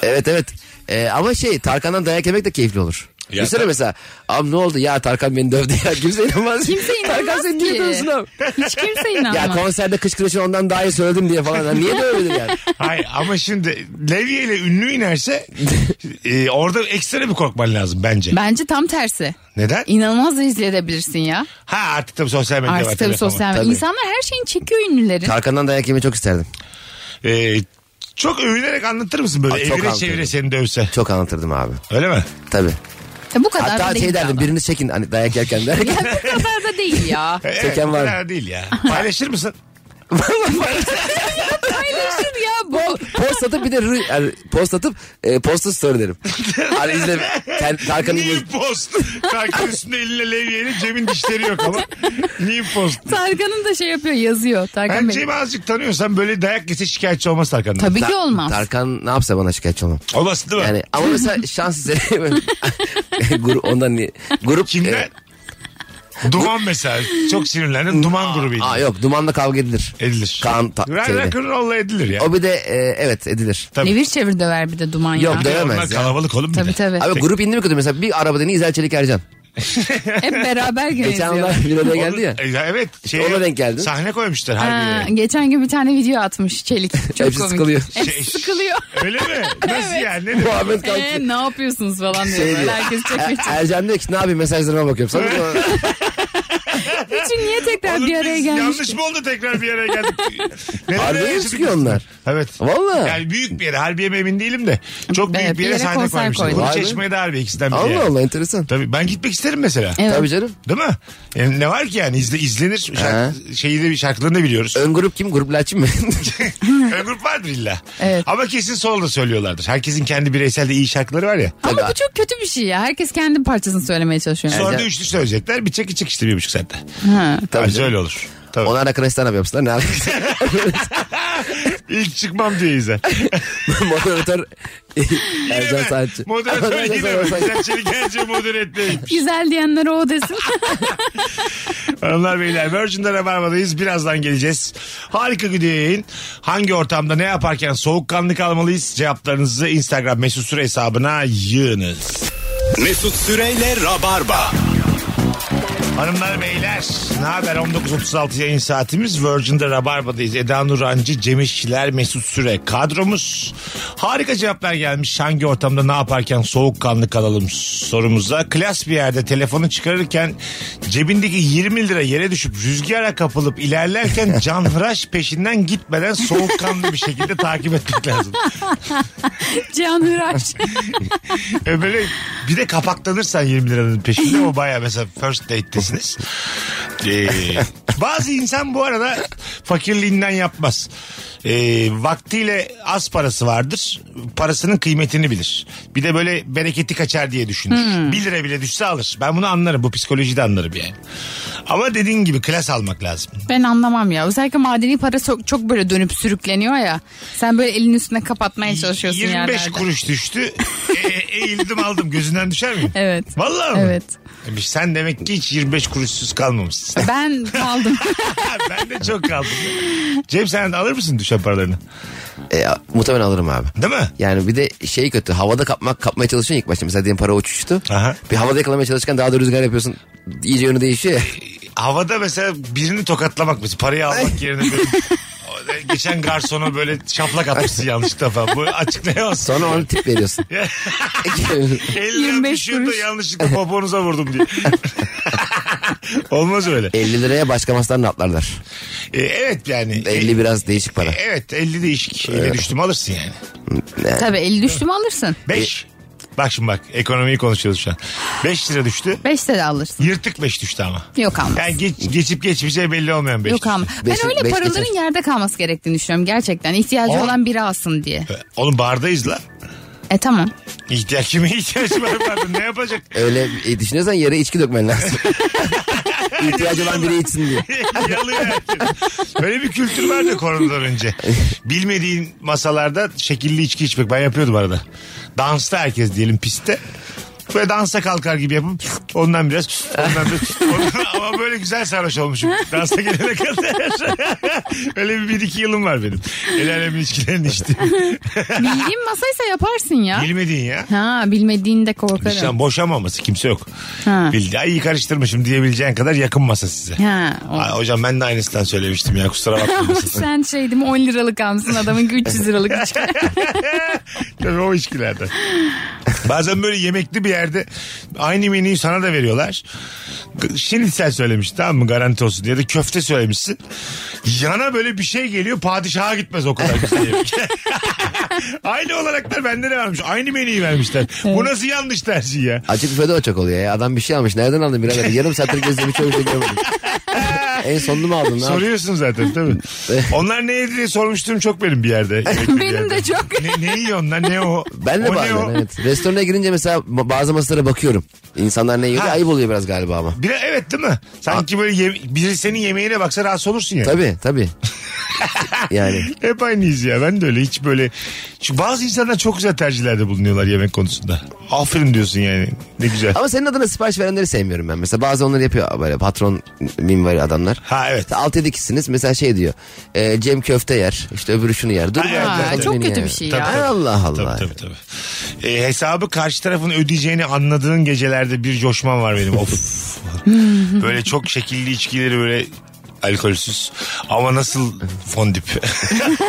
Speaker 3: Evet evet. Ee, ama şey Tarkan'dan dayak yemek de keyifli olur. Ya Düşünsene mesela am ne oldu ya Tarkan beni dövdü ya kimse inanmaz.
Speaker 4: Kimse
Speaker 3: Tarkan
Speaker 4: inanmaz
Speaker 3: seni niye
Speaker 4: ki.
Speaker 3: dövsün am?
Speaker 4: Hiç kimse inanmaz.
Speaker 3: Ya konserde kışkırtışın ondan daha iyi söyledim diye falan. Yani niye dövdün yani?
Speaker 2: Hayır ama şimdi Levye ile ünlü inerse e, orada ekstra bir korkman lazım bence.
Speaker 4: Bence tam tersi.
Speaker 2: Neden?
Speaker 4: İnanılmaz rezil edebilirsin ya.
Speaker 2: Ha artık tabii sosyal medya var.
Speaker 4: Artık tabii
Speaker 2: telefon var.
Speaker 4: sosyal medya. İnsanlar her şeyini çekiyor ünlülerin.
Speaker 3: Tarkan'dan dayak yemeyi çok isterdim.
Speaker 2: Ee, çok övünerek anlatır mısın böyle?
Speaker 3: Aa, çok
Speaker 2: Evire
Speaker 3: anlatırdım.
Speaker 2: çevire seni dövse.
Speaker 3: Çok anlatırdım abi.
Speaker 2: Öyle mi?
Speaker 3: Tabii.
Speaker 4: Ya E, bu kadar da
Speaker 3: Hatta
Speaker 4: değil.
Speaker 3: şey derdim
Speaker 4: ama.
Speaker 3: birini çekin hani dayak yerken der.
Speaker 4: Ya bu kadar da değil ya.
Speaker 2: E, Evet,
Speaker 3: Çeken
Speaker 2: bu
Speaker 3: var.
Speaker 2: kadar değil ya. Paylaşır mısın?
Speaker 4: Paylaşır ya bu.
Speaker 3: post atıp bir de rü- yani post atıp e, posta story derim. Hani izle kend- Tarkan'ın
Speaker 2: New
Speaker 3: bu-
Speaker 2: post. Tarkan üstünde eline levyeyle cebin dişleri yok ama. New post.
Speaker 4: Tarkan'ın da şey yapıyor yazıyor. Tarkan
Speaker 2: Ben
Speaker 4: Bey.
Speaker 2: Cem'i azıcık tanıyorsan böyle dayak yese şikayetçi olmaz Tarkan'dan.
Speaker 4: Tabii ki
Speaker 3: Ta-
Speaker 4: olmaz.
Speaker 3: Tarkan ne yapsa bana şikayetçi olmam.
Speaker 2: Olmasın değil mi?
Speaker 3: Yani ama mesela şans eseri böyle- grup ondan niye? Grup
Speaker 2: Kimden?
Speaker 3: e,
Speaker 4: e,
Speaker 2: Duman mesela. Çok sinirlendin. Duman grubu.
Speaker 3: aa yok dumanla kavga edilir.
Speaker 2: Edilir.
Speaker 3: Kaan ta-
Speaker 2: Rock-
Speaker 3: şeyde.
Speaker 2: Rock'n'roll'la edilir ya.
Speaker 3: O bir de e, evet edilir.
Speaker 2: Tabii.
Speaker 4: Devir çevir döver bir de duman ya.
Speaker 3: Yok
Speaker 2: Onlar
Speaker 3: dövemez ya.
Speaker 2: kalabalık oğlum bir
Speaker 4: Tabii
Speaker 2: de.
Speaker 4: tabii.
Speaker 3: Abi grup indi mi kötü mesela bir arabada ne İzel Çelik Ercan.
Speaker 4: Hep beraber
Speaker 3: Geçen onlar
Speaker 4: geziyor.
Speaker 3: bir araya
Speaker 2: Onun-
Speaker 3: geldi ya.
Speaker 2: E, Evet. Şey,
Speaker 3: ona denk geldin.
Speaker 2: Sahne koymuşlar
Speaker 4: Ha,
Speaker 2: her
Speaker 4: geçen gün bir tane video atmış Çelik. Çok
Speaker 3: Hepsi
Speaker 4: komik.
Speaker 3: sıkılıyor.
Speaker 4: Hepsi sıkılıyor.
Speaker 2: Şey, Öyle mi? Nasıl yani? Ne demek?
Speaker 3: Muhammed Kanki.
Speaker 4: Eee ne yapıyorsunuz falan diyor.
Speaker 3: Şey
Speaker 4: böyle.
Speaker 3: diyor.
Speaker 4: Herkes çekmeye
Speaker 3: Er- Ercan diyor ki ne yapayım mesajlarıma bakıyorum. Sana diyor,
Speaker 4: Üçün niye tekrar
Speaker 2: Oğlum
Speaker 4: bir araya
Speaker 2: biz
Speaker 4: gelmiş?
Speaker 2: Yanlış mı oldu tekrar bir araya geldik? Neler
Speaker 3: Harbiye mi
Speaker 2: yaşadık
Speaker 3: çıkıyor
Speaker 2: biz?
Speaker 3: onlar?
Speaker 2: Evet.
Speaker 3: Vallahi.
Speaker 2: Yani büyük bir yere. Harbiye mi emin değilim de. Çok
Speaker 4: Evet,
Speaker 2: büyük bir yere
Speaker 4: bir yere
Speaker 2: sahne
Speaker 4: konser
Speaker 2: koymuşlar.
Speaker 4: koydular.
Speaker 2: Bunu
Speaker 3: Vay be.
Speaker 2: çeşmeye de Harbiye ikisinden biri.
Speaker 3: Allah
Speaker 2: yani.
Speaker 3: Allah enteresan.
Speaker 2: Tabii ben gitmek isterim mesela.
Speaker 4: Evet.
Speaker 3: Tabii canım.
Speaker 2: Değil mi? Yani ne var ki yani izle, izlenir. Şarkı, şeyi de, şarkılarını da biliyoruz.
Speaker 3: Ön grup kim? Grup Laçin mi?
Speaker 2: Ön grup vardır illa.
Speaker 4: Evet.
Speaker 2: Ama kesin solda söylüyorlardır. Herkesin kendi bireysel de iyi şarkıları var ya.
Speaker 4: Ama bu çok kötü bir şey ya. Herkes kendi parçasını söylemeye çalışıyor.
Speaker 2: Sonra da
Speaker 3: Ercan-
Speaker 2: üçlü söyleyecekler. Bir çek içek işte bir buçuk saatte.
Speaker 4: Ha.
Speaker 3: Tabii
Speaker 2: Bence
Speaker 3: canım.
Speaker 2: öyle olur. Tabii.
Speaker 3: Onlar da Kırgızistan abi yapsınlar. Ne yapıyorsun?
Speaker 2: İlk çıkmam diye izle.
Speaker 3: Moderatör Ercan
Speaker 2: ben.
Speaker 3: Saatçi.
Speaker 2: Moderatör
Speaker 3: Ercan
Speaker 2: yine ben.
Speaker 3: Saatçi.
Speaker 2: Sen çelik gelince moderatörüm.
Speaker 4: Güzel diyenlere o desin.
Speaker 2: Hanımlar beyler Virgin'de Rabarba'dayız. Birazdan geleceğiz. Harika gidiyor yayın. Hangi ortamda ne yaparken soğukkanlı kalmalıyız? Cevaplarınızı Instagram mesut süre hesabına yığınız.
Speaker 1: Mesut Süreyle Rabarba.
Speaker 2: Hanımlar beyler ne haber 19.36 yayın saatimiz Virgin'de Rabarba'dayız. Eda Nurancı, Cem İşçiler, Mesut Süre kadromuz. Harika cevaplar gelmiş hangi ortamda ne yaparken soğukkanlı kalalım sorumuza. Klas bir yerde telefonu çıkarırken cebindeki 20 lira yere düşüp rüzgara kapılıp ilerlerken canhıraş peşinden gitmeden soğukkanlı bir şekilde takip etmek lazım.
Speaker 4: Cihan Hıraş.
Speaker 2: E böyle bir de kapaklanırsan 20 liranın peşinde o baya mesela first date'tesiniz. Ee, bazı insan bu arada fakirliğinden yapmaz. Ee, vaktiyle az parası vardır. Parasının kıymetini bilir. Bir de böyle bereketi kaçar diye düşünür. 1 lira bile düşse alır. Ben bunu anlarım. Bu psikolojide anlarım yani. Ama dediğin gibi klas almak lazım.
Speaker 4: Ben anlamam ya. Özellikle madeni para çok, çok böyle dönüp sürükleniyor ya. Sen böyle elin üstüne kapatmaya çalışıyorsun
Speaker 2: 25
Speaker 4: yerlerde.
Speaker 2: kuruş düştü. E, eğildim aldım. Gözünden düşer miyim?
Speaker 4: Evet.
Speaker 2: Vallahi mi?
Speaker 4: Evet.
Speaker 2: Demiş, Sen demek ki hiç 25 kuruşsuz kalmamışsın.
Speaker 4: Ben kaldım.
Speaker 2: ben de çok kaldım. Cem sen alır mısın düşen paralarını?
Speaker 3: E, muhtemelen alırım abi.
Speaker 2: Değil mi?
Speaker 3: Yani bir de şey kötü havada kapmak kapmaya çalışıyorsun ilk başta. Mesela diyelim para uçuştu.
Speaker 2: Aha.
Speaker 3: Bir havada yakalamaya çalışırken daha da rüzgar yapıyorsun. İyice yönü değişiyor ya.
Speaker 2: Havada mesela birini tokatlamak mısın? Parayı almak yerine böyle geçen garsona böyle şaplak atmışsın yanlışlıkla falan. Bu açıklayamazsın.
Speaker 3: Sonra onu tip veriyorsun.
Speaker 2: 50
Speaker 4: 25
Speaker 2: düşüyordu
Speaker 4: kuruş.
Speaker 2: yanlışlıkla poponuza vurdum diye. Olmaz öyle.
Speaker 3: 50 liraya başka maslarla atlarlar.
Speaker 2: Ee, evet yani. E,
Speaker 3: 50 biraz değişik para.
Speaker 2: Evet 50 değişik. 50 düştüm alırsın yani.
Speaker 4: Tabii el düştü mü alırsın.
Speaker 2: 5. E, Bak şimdi bak ekonomiyi konuşuyoruz şu an. 5 lira düştü.
Speaker 4: 5 de alırsın.
Speaker 2: Yırtık 5 düştü ama.
Speaker 4: Yok almaz.
Speaker 2: Yani geç, geçip geçmeyeceği belli olmayan 5
Speaker 4: Yok ama
Speaker 3: Beşi-
Speaker 4: ben öyle
Speaker 3: beş
Speaker 4: paraların
Speaker 3: geçer.
Speaker 4: yerde kalması gerektiğini düşünüyorum gerçekten. İhtiyacı
Speaker 2: On.
Speaker 4: olan biri alsın diye.
Speaker 2: Oğlum bardayız lan.
Speaker 4: E tamam.
Speaker 2: İhtiyaç kime ihtiyaç var vardı ne yapacak?
Speaker 3: Öyle e, düşünüyorsan yere içki dökmen lazım. İhtiyacı olan biri içsin diye.
Speaker 2: Yalıyor herkes. Böyle bir kültür vardı koronadan önce. Bilmediğin masalarda şekilli içki içmek. Ben yapıyordum arada. Dansta herkes diyelim pistte. böyle dansa kalkar gibi yapıp ondan biraz ondan biraz ondan- ama böyle güzel sarhoş olmuşum. Dansa gelene kadar. Öyle bir, bir iki yılım var benim. El alem ilişkilerini işte.
Speaker 4: Bildiğin masaysa yaparsın ya.
Speaker 2: Bilmediğin ya.
Speaker 4: Ha bilmediğinde
Speaker 2: Nişan
Speaker 4: korkarım.
Speaker 2: boşanmaması kimse yok.
Speaker 4: Ha.
Speaker 2: Bildi. Ay iyi karıştırmışım diyebileceğin kadar yakın masa size.
Speaker 4: Ha, o-
Speaker 2: Ay, hocam ben de aynısından söylemiştim ya kusura
Speaker 4: Ama
Speaker 2: bakmayın.
Speaker 4: sen şey değil mi 10 liralık almışsın adamın 300 liralık içki.
Speaker 2: Tabii o içkilerden. Bazen böyle yemekli bir yerde aynı menüyü sana da veriyorlar. Şimdi sen söylemiş tamam mı garanti olsun diye de köfte söylemişsin. Yana böyle bir şey geliyor padişaha gitmez o kadar güzel yemek. aynı olaraklar bende ne varmış? Aynı menüyü vermişler. Bu nasıl yanlış tercih ya?
Speaker 3: Açık büfede o çok oluyor ya. Adam bir şey almış. Nereden aldın birader? Yarım saattir gözlerimi çömüş şey görmedim. en sonunu mu aldın? lan?
Speaker 2: Soruyorsun zaten tabii. Onlar ne yedi diye sormuştum çok benim bir yerde. yemekli bir
Speaker 4: Benim de
Speaker 2: yerde.
Speaker 4: çok.
Speaker 2: Ne, ne yiyor onlar ne o?
Speaker 3: Ben de
Speaker 2: o ne
Speaker 3: bazen
Speaker 2: o?
Speaker 3: evet. Restorana girince mesela ba- bazı masalara bakıyorum. İnsanlar ne yiyor diye ayıp oluyor biraz galiba ama.
Speaker 2: Bir, evet değil mi? Sanki böyle yeme- biri senin yemeğine baksa rahatsız olursun ya.
Speaker 3: Tabii tabii. yani.
Speaker 2: Hep aynıyız ya ben de öyle hiç böyle. Şu bazı insanlar çok güzel tercihlerde bulunuyorlar yemek konusunda. Aferin diyorsun yani ne güzel.
Speaker 3: Ama senin adına sipariş verenleri sevmiyorum ben. Mesela bazı onları yapıyor böyle patron minvari adamlar.
Speaker 2: Ha evet.
Speaker 3: 6-7 kişisiniz mesela şey diyor. e, Cem köfte yer işte öbürü şunu yer. Dur
Speaker 2: Ha,
Speaker 3: ya,
Speaker 2: evet,
Speaker 3: zaten
Speaker 2: evet.
Speaker 4: çok
Speaker 3: beni
Speaker 4: kötü
Speaker 3: yer.
Speaker 4: bir şey
Speaker 3: Tabii,
Speaker 4: ya.
Speaker 3: tabii. Allah Allah.
Speaker 2: Tabii tabii. tabii. E, hesabı karşı tarafın ödeyeceğini anladığın gecelerde bir coşmam var benim. Of. böyle çok şekilli içkileri böyle alkolsüz ama nasıl fondip.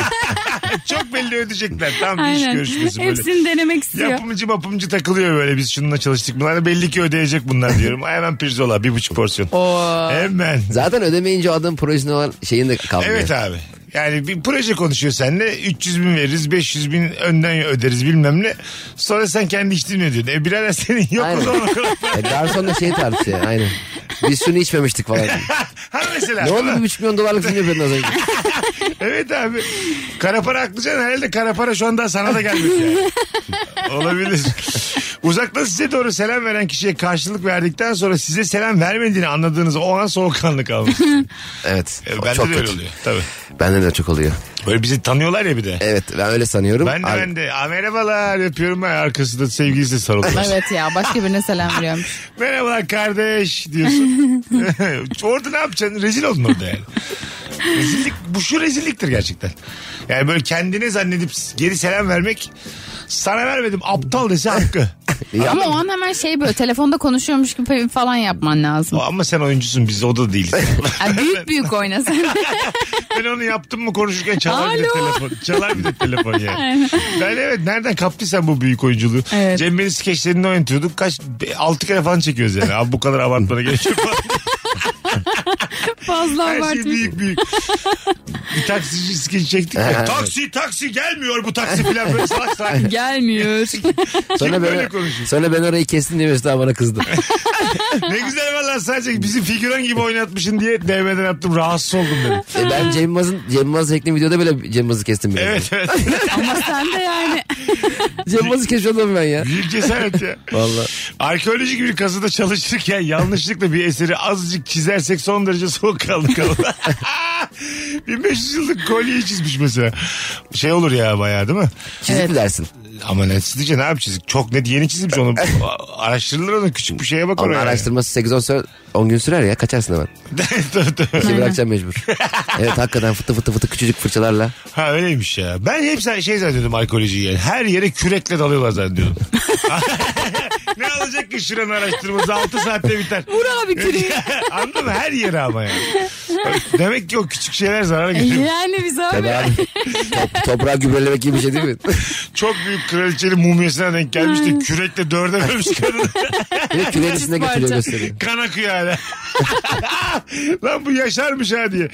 Speaker 2: çok belli ödeyecekler. Tam bir iş
Speaker 4: Aynen.
Speaker 2: görüşmesi böyle.
Speaker 4: Hepsini denemek istiyor.
Speaker 2: Yapımcı mapımcı takılıyor böyle biz şununla çalıştık. Bunlar da belli ki ödeyecek bunlar diyorum. Hemen pirzola bir buçuk porsiyon. Hemen.
Speaker 3: Zaten ödemeyince o adamın projesinde olan şeyin de kalmıyor.
Speaker 2: Evet abi. Yani bir proje konuşuyor seninle. 300 bin veririz, 500 bin önden öderiz bilmem ne. Sonra sen kendi içtiğini ödüyorsun. E birader senin yok o
Speaker 3: Aynen.
Speaker 2: zaman o kadar.
Speaker 3: E, garson da şey tartışıyor aynen. Biz şunu içmemiştik falan.
Speaker 2: Ha mesela.
Speaker 3: ne oldu
Speaker 2: Ama-
Speaker 3: bir buçuk milyon dolarlık film yapıyordun az önce.
Speaker 2: Evet abi. Kara para aklayacaksın herhalde kara para şu anda sana da gelmedi yani. Olabilir. Uzaktan size doğru selam veren kişiye karşılık verdikten sonra size selam vermediğini anladığınız o an soğukkanlık almış.
Speaker 3: Evet.
Speaker 2: E, Bende
Speaker 3: çok
Speaker 2: de
Speaker 3: kötü.
Speaker 2: öyle oluyor. Tabii.
Speaker 3: Bende de çok oluyor.
Speaker 2: Böyle bizi tanıyorlar ya bir de.
Speaker 3: Evet ben öyle sanıyorum.
Speaker 2: Ben de
Speaker 3: E, Ar-
Speaker 2: ben de. Aa, merhabalar yapıyorum ben arkasında sevgilisi sarılıyor.
Speaker 4: Evet ya başka birine selam veriyormuş.
Speaker 2: Merhabalar kardeş diyorsun. orada ne yapacaksın? Rezil oldun orada yani. Rezillik, bu şu rezilliktir gerçekten. Yani böyle kendini zannedip geri selam vermek sana vermedim aptal dese hakkı.
Speaker 4: Ama o an hemen şey böyle telefonda konuşuyormuş gibi falan yapman lazım.
Speaker 2: Ama sen oyuncusun biz o da değiliz.
Speaker 4: Yani büyük büyük oynasın.
Speaker 2: ben onu yaptım mı konuşurken çalar bir de
Speaker 4: Alo.
Speaker 2: telefon. Çalar bir de telefon yani. ben evet nereden kaptıysan bu büyük oyunculuğu.
Speaker 4: Evet.
Speaker 2: Cem Bey'in skeçlerinde oynatıyorduk. Kaç, be- altı kere falan çekiyoruz yani. Abi bu kadar abartmana gerek yok.
Speaker 4: Fazla
Speaker 2: Her şey
Speaker 4: abartmış.
Speaker 2: büyük büyük. bir taksici skeç çektik ya. taksi taksi gelmiyor bu taksi falan böyle salak salak.
Speaker 4: Gelmiyor.
Speaker 3: Sonra
Speaker 2: Kim
Speaker 3: ben,
Speaker 2: böyle konuşuyor?
Speaker 3: sonra ben orayı kestim diye Mesut abi bana kızdı.
Speaker 2: Ne güzel valla sadece bizi figüran gibi oynatmışsın diye DM'den attım rahatsız oldum dedim.
Speaker 3: E ben Cem Yılmaz'ın Cem Yılmaz reklam videoda böyle Cem Yılmaz'ı kestim. biraz.
Speaker 2: Evet evet.
Speaker 4: Ama sen de yani.
Speaker 3: Cem Yılmaz'ı kesiyordum ben ya.
Speaker 2: Büyük cesaret ya.
Speaker 3: Valla.
Speaker 2: Arkeolojik bir kazıda çalışırken yanlışlıkla bir eseri azıcık çizersek son derece soğuk kaldık. 1500 yıllık kolyeyi çizmiş mesela. Şey olur ya bayağı değil mi?
Speaker 3: Çizip mi dersin.
Speaker 2: Ama ne çizeceksin abi çizik? Çok net yeni çizmiş onu. Araştırılır onu küçük bir şeye bakar.
Speaker 3: Onun
Speaker 2: yani.
Speaker 3: araştırması 8-10 sü- 10 gün sürer ya kaçarsın hemen.
Speaker 2: Tabii, tabii.
Speaker 3: Ki bırakacaksın mecbur. evet hakikaten fıtı fıtı fıtı küçücük fırçalarla.
Speaker 2: Ha öyleymiş ya. Ben hep sen- şey zannediyordum arkeolojiyi yani. Her yere kürekle dalıyorlar zannediyordum. ne alacak ki şuranın araştırması 6 saatte biter.
Speaker 4: Vur abi küreği.
Speaker 2: Anladın mı? Her yere ama yani. Demek ki o küçük şeyler zarar
Speaker 4: E
Speaker 2: getiriyor.
Speaker 4: yani biz abi.
Speaker 3: Tabii abi. Top, toprağı gübrelemek gibi bir şey değil mi?
Speaker 2: Çok büyük kraliçenin mumyasına denk gelmiş de kürekle dörde bölmüş kadın.
Speaker 3: Bir de küreğin üstüne götürüyor
Speaker 4: Parça.
Speaker 3: gösteriyor.
Speaker 2: kan akıyor hala. Lan bu yaşarmış ha diye.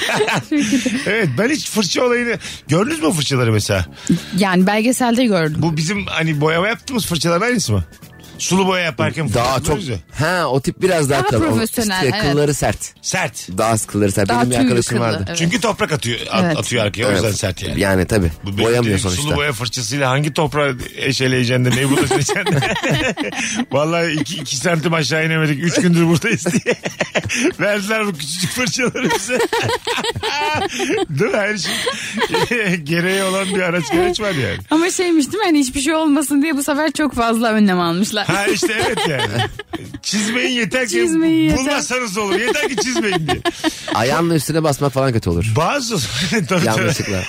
Speaker 2: evet ben hiç fırça olayını gördünüz mü o fırçaları mesela?
Speaker 4: Yani belgeselde gördüm.
Speaker 2: Bu bizim hani boyama yaptığımız fırçaların aynısı mı? Sulu boya yaparken
Speaker 3: Daha çok. Ha o tip biraz daha,
Speaker 4: Daha
Speaker 3: kalın. O
Speaker 4: profesyonel,
Speaker 3: işte
Speaker 4: evet.
Speaker 3: kılları sert.
Speaker 2: Sert.
Speaker 3: Daha az kılları sert.
Speaker 4: Daha
Speaker 3: Benim bir
Speaker 4: tüylü
Speaker 3: arkadaşım
Speaker 4: kıllı,
Speaker 3: vardı.
Speaker 4: evet.
Speaker 2: Çünkü toprak atıyor at-
Speaker 4: Evet.
Speaker 2: atıyor arkaya o
Speaker 3: Evet.
Speaker 2: yüzden sert yani.
Speaker 3: Yani tabii.
Speaker 2: Bu benim
Speaker 3: Boyamıyor
Speaker 2: dediğim
Speaker 3: sonuçta.
Speaker 2: Sulu boya fırçasıyla hangi toprağı eşeleyeceksin de neyi bulaştıracaksın de. Vallahi iki, iki santim aşağı inemedik. Üç gündür buradayız diye. Verdiler bu küçücük fırçaları bize. Değil mi? Her şey gereği olan bir araç gereç var yani.
Speaker 4: Ama şeymiş değil mi? Hani hiçbir şey olmasın diye bu sefer çok fazla önlem almışlar.
Speaker 2: Ha işte evet yani. Çizmeyin yeter ki
Speaker 4: Çizmeyin yeter.
Speaker 2: bulmasanız da olur. Yeter ki çizmeyin diye.
Speaker 3: Ayağınla üstüne basmak falan kötü olur.
Speaker 2: Bazı tabii, tabii.
Speaker 3: Yanlışlıkla.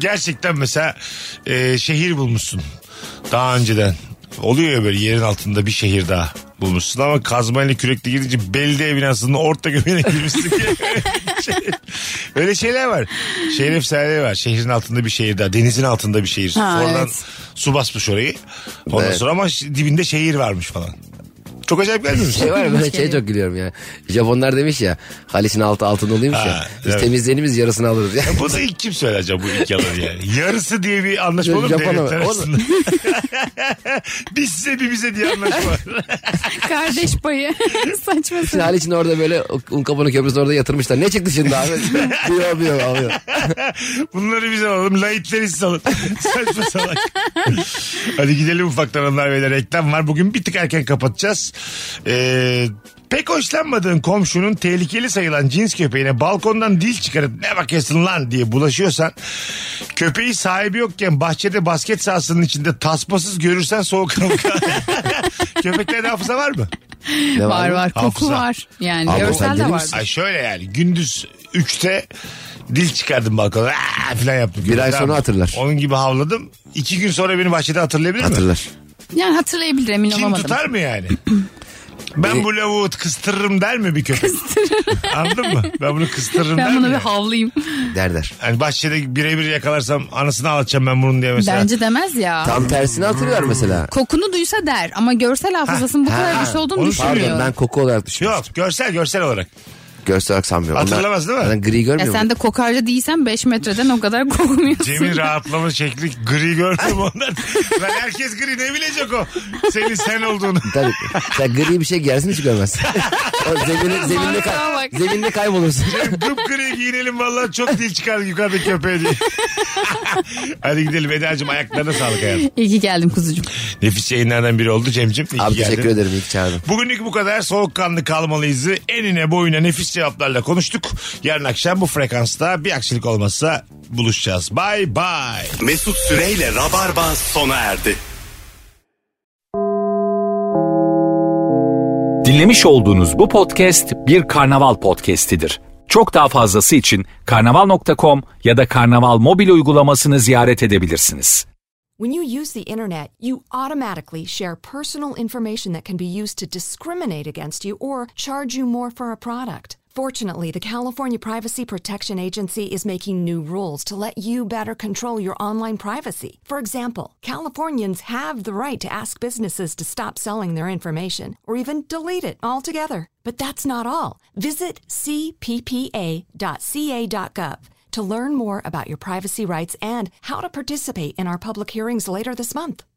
Speaker 2: gerçekten mesela e, şehir bulmuşsun daha önceden. Oluyor ya böyle yerin altında bir şehir daha bulmuşsun ama kazmayla kürekle gidince belediye binasının orta göbeğine girmişsin diye. Öyle şeyler var. Şehir efsaneleri var. Şehrin altında bir şehir daha. Denizin altında bir şehir.
Speaker 4: Ha,
Speaker 2: Sonradan
Speaker 4: evet.
Speaker 2: su basmış orayı. Ondan
Speaker 3: Evet.
Speaker 2: sonra ama ş- dibinde şehir varmış falan. Çok acayip gelmiyor
Speaker 3: şey
Speaker 2: mu?
Speaker 3: var ya, ben şeye çok gülüyorum ya. Japonlar demiş ya Haliç'in altı altın oluyormuş
Speaker 2: Ha,
Speaker 3: ya. Biz
Speaker 2: evet.
Speaker 3: temizlenimiz yarısını alırız. Ya.
Speaker 2: Bunu ilk kim söyler acaba bu ilk yalanı yani? Yarısı diye bir anlaşma olur mu
Speaker 3: Japon
Speaker 2: devletler
Speaker 3: olur.
Speaker 2: arasında? Biz size bir bize diye anlaşma.
Speaker 4: Kardeş payı. Saçma
Speaker 3: Şimdi
Speaker 4: sapan.
Speaker 3: Haliç'in orada böyle Unkapanı köprüsünün orada yatırmışlar. Ne çıktı şimdi abi? diyor diyor alıyor.
Speaker 2: Bunları bize alalım. Layitleri siz alın. Saçma salak. Hadi gidelim ufaktan hanımlar beyler. Reklam var. Bugün bir tık erken kapatacağız. Ee, pek hoşlanmadığın komşunun tehlikeli sayılan cins köpeğine balkondan dil çıkarıp ne bakıyorsun lan diye bulaşıyorsan köpeği sahibi yokken bahçede basket sahasının içinde tasmasız görürsen soğuk kavga. Köpeklerde hafıza var mı?
Speaker 3: Ne
Speaker 4: Var
Speaker 3: mı?
Speaker 4: var. Koku
Speaker 2: Hafıza.
Speaker 4: var. Yani
Speaker 3: Hafıza
Speaker 4: görsel
Speaker 3: deli
Speaker 4: de var.
Speaker 3: misin?
Speaker 2: Ay şöyle yani gündüz 3'te dil çıkardım balkona Aa, falan yaptım.
Speaker 3: Bir ay
Speaker 2: Tamam.
Speaker 3: sonra hatırlar.
Speaker 2: Onun gibi havladım. İki gün sonra beni bahçede hatırlayabilir mi?
Speaker 3: Hatırlar.
Speaker 4: Yani hatırlayabilir emin
Speaker 2: Kim
Speaker 4: olamadım.
Speaker 2: tutar mı yani? Ben
Speaker 3: Beni-
Speaker 2: bu lavuğu kıstırırım der mi bir köpek? Anladın mı? Ben bunu kıstırırım der
Speaker 4: Ben
Speaker 2: mi?
Speaker 4: buna bir
Speaker 2: yani?
Speaker 4: havlayayım.
Speaker 3: Der der.
Speaker 2: Yani bahçede birebir yakalarsam anasını alacağım ben bunun diye mesela.
Speaker 4: Bence demez ya.
Speaker 3: Tam tersini hatırlıyor mesela.
Speaker 4: Kokunu duysa der ama görsel hafızasının bu kadar
Speaker 3: ha,
Speaker 4: güçlü olduğunu
Speaker 2: onu
Speaker 4: düşünmüyor.
Speaker 3: Pardon ben koku olarak düşünmüştüm.
Speaker 2: Yok görsel görsel olarak.
Speaker 3: Görsel olarak sanmıyorum. Onlar-
Speaker 2: Hatırlamaz değil mi?
Speaker 3: Zaten gri görmüyor
Speaker 4: Ya
Speaker 3: mu?
Speaker 4: E sen de kokarca değilsen 5 metreden o kadar kokmuyorsun.
Speaker 2: Cem'in rahatlama şekli gri gördüm ondan. Lan herkes gri ne bilecek o? Senin sen olduğunu.
Speaker 3: Tabii. Sen gri bir şey giyersin hiç görmezsin. O zemine, zeminde,
Speaker 4: Manzara
Speaker 3: kay-
Speaker 4: bak.
Speaker 3: zeminde kaybolursun.
Speaker 2: Gıpgırı giyinelim vallahi çok dil çıkar yukarıda köpeğe diye. Hadi gidelim Eda'cığım ayaklarına sağlık hayatım.
Speaker 4: İyi ki geldim kuzucuğum.
Speaker 2: Nefis yayınlardan biri oldu Cem'cim. iyi ki
Speaker 3: Abi
Speaker 2: geldin.
Speaker 3: teşekkür ederim iyi ki çağırdın.
Speaker 2: Bugünlük bu kadar soğukkanlı kalmalıyızı enine boyuna nefis cevaplarla konuştuk. Yarın akşam bu frekansta bir aksilik olmazsa buluşacağız. Bay bay.
Speaker 1: Mesut Süreyle Rabarba sona erdi.
Speaker 12: Dinlemiş olduğunuz bu podcast bir karnaval podcastidir. Çok daha fazlası için karnaval.com ya da karnaval mobil uygulamasını ziyaret edebilirsiniz.
Speaker 13: When you use the internet, you automatically share personal information that can be used to discriminate against you or charge you more for a product. Fortunately, the California Privacy Protection Agency is making new rules to let you better control your online privacy. For example, Californians have the right to ask businesses to stop selling their information or even delete it altogether. But that's not all. Visit cppa.ca.gov to learn more about your privacy rights and how to participate in our public hearings later this month.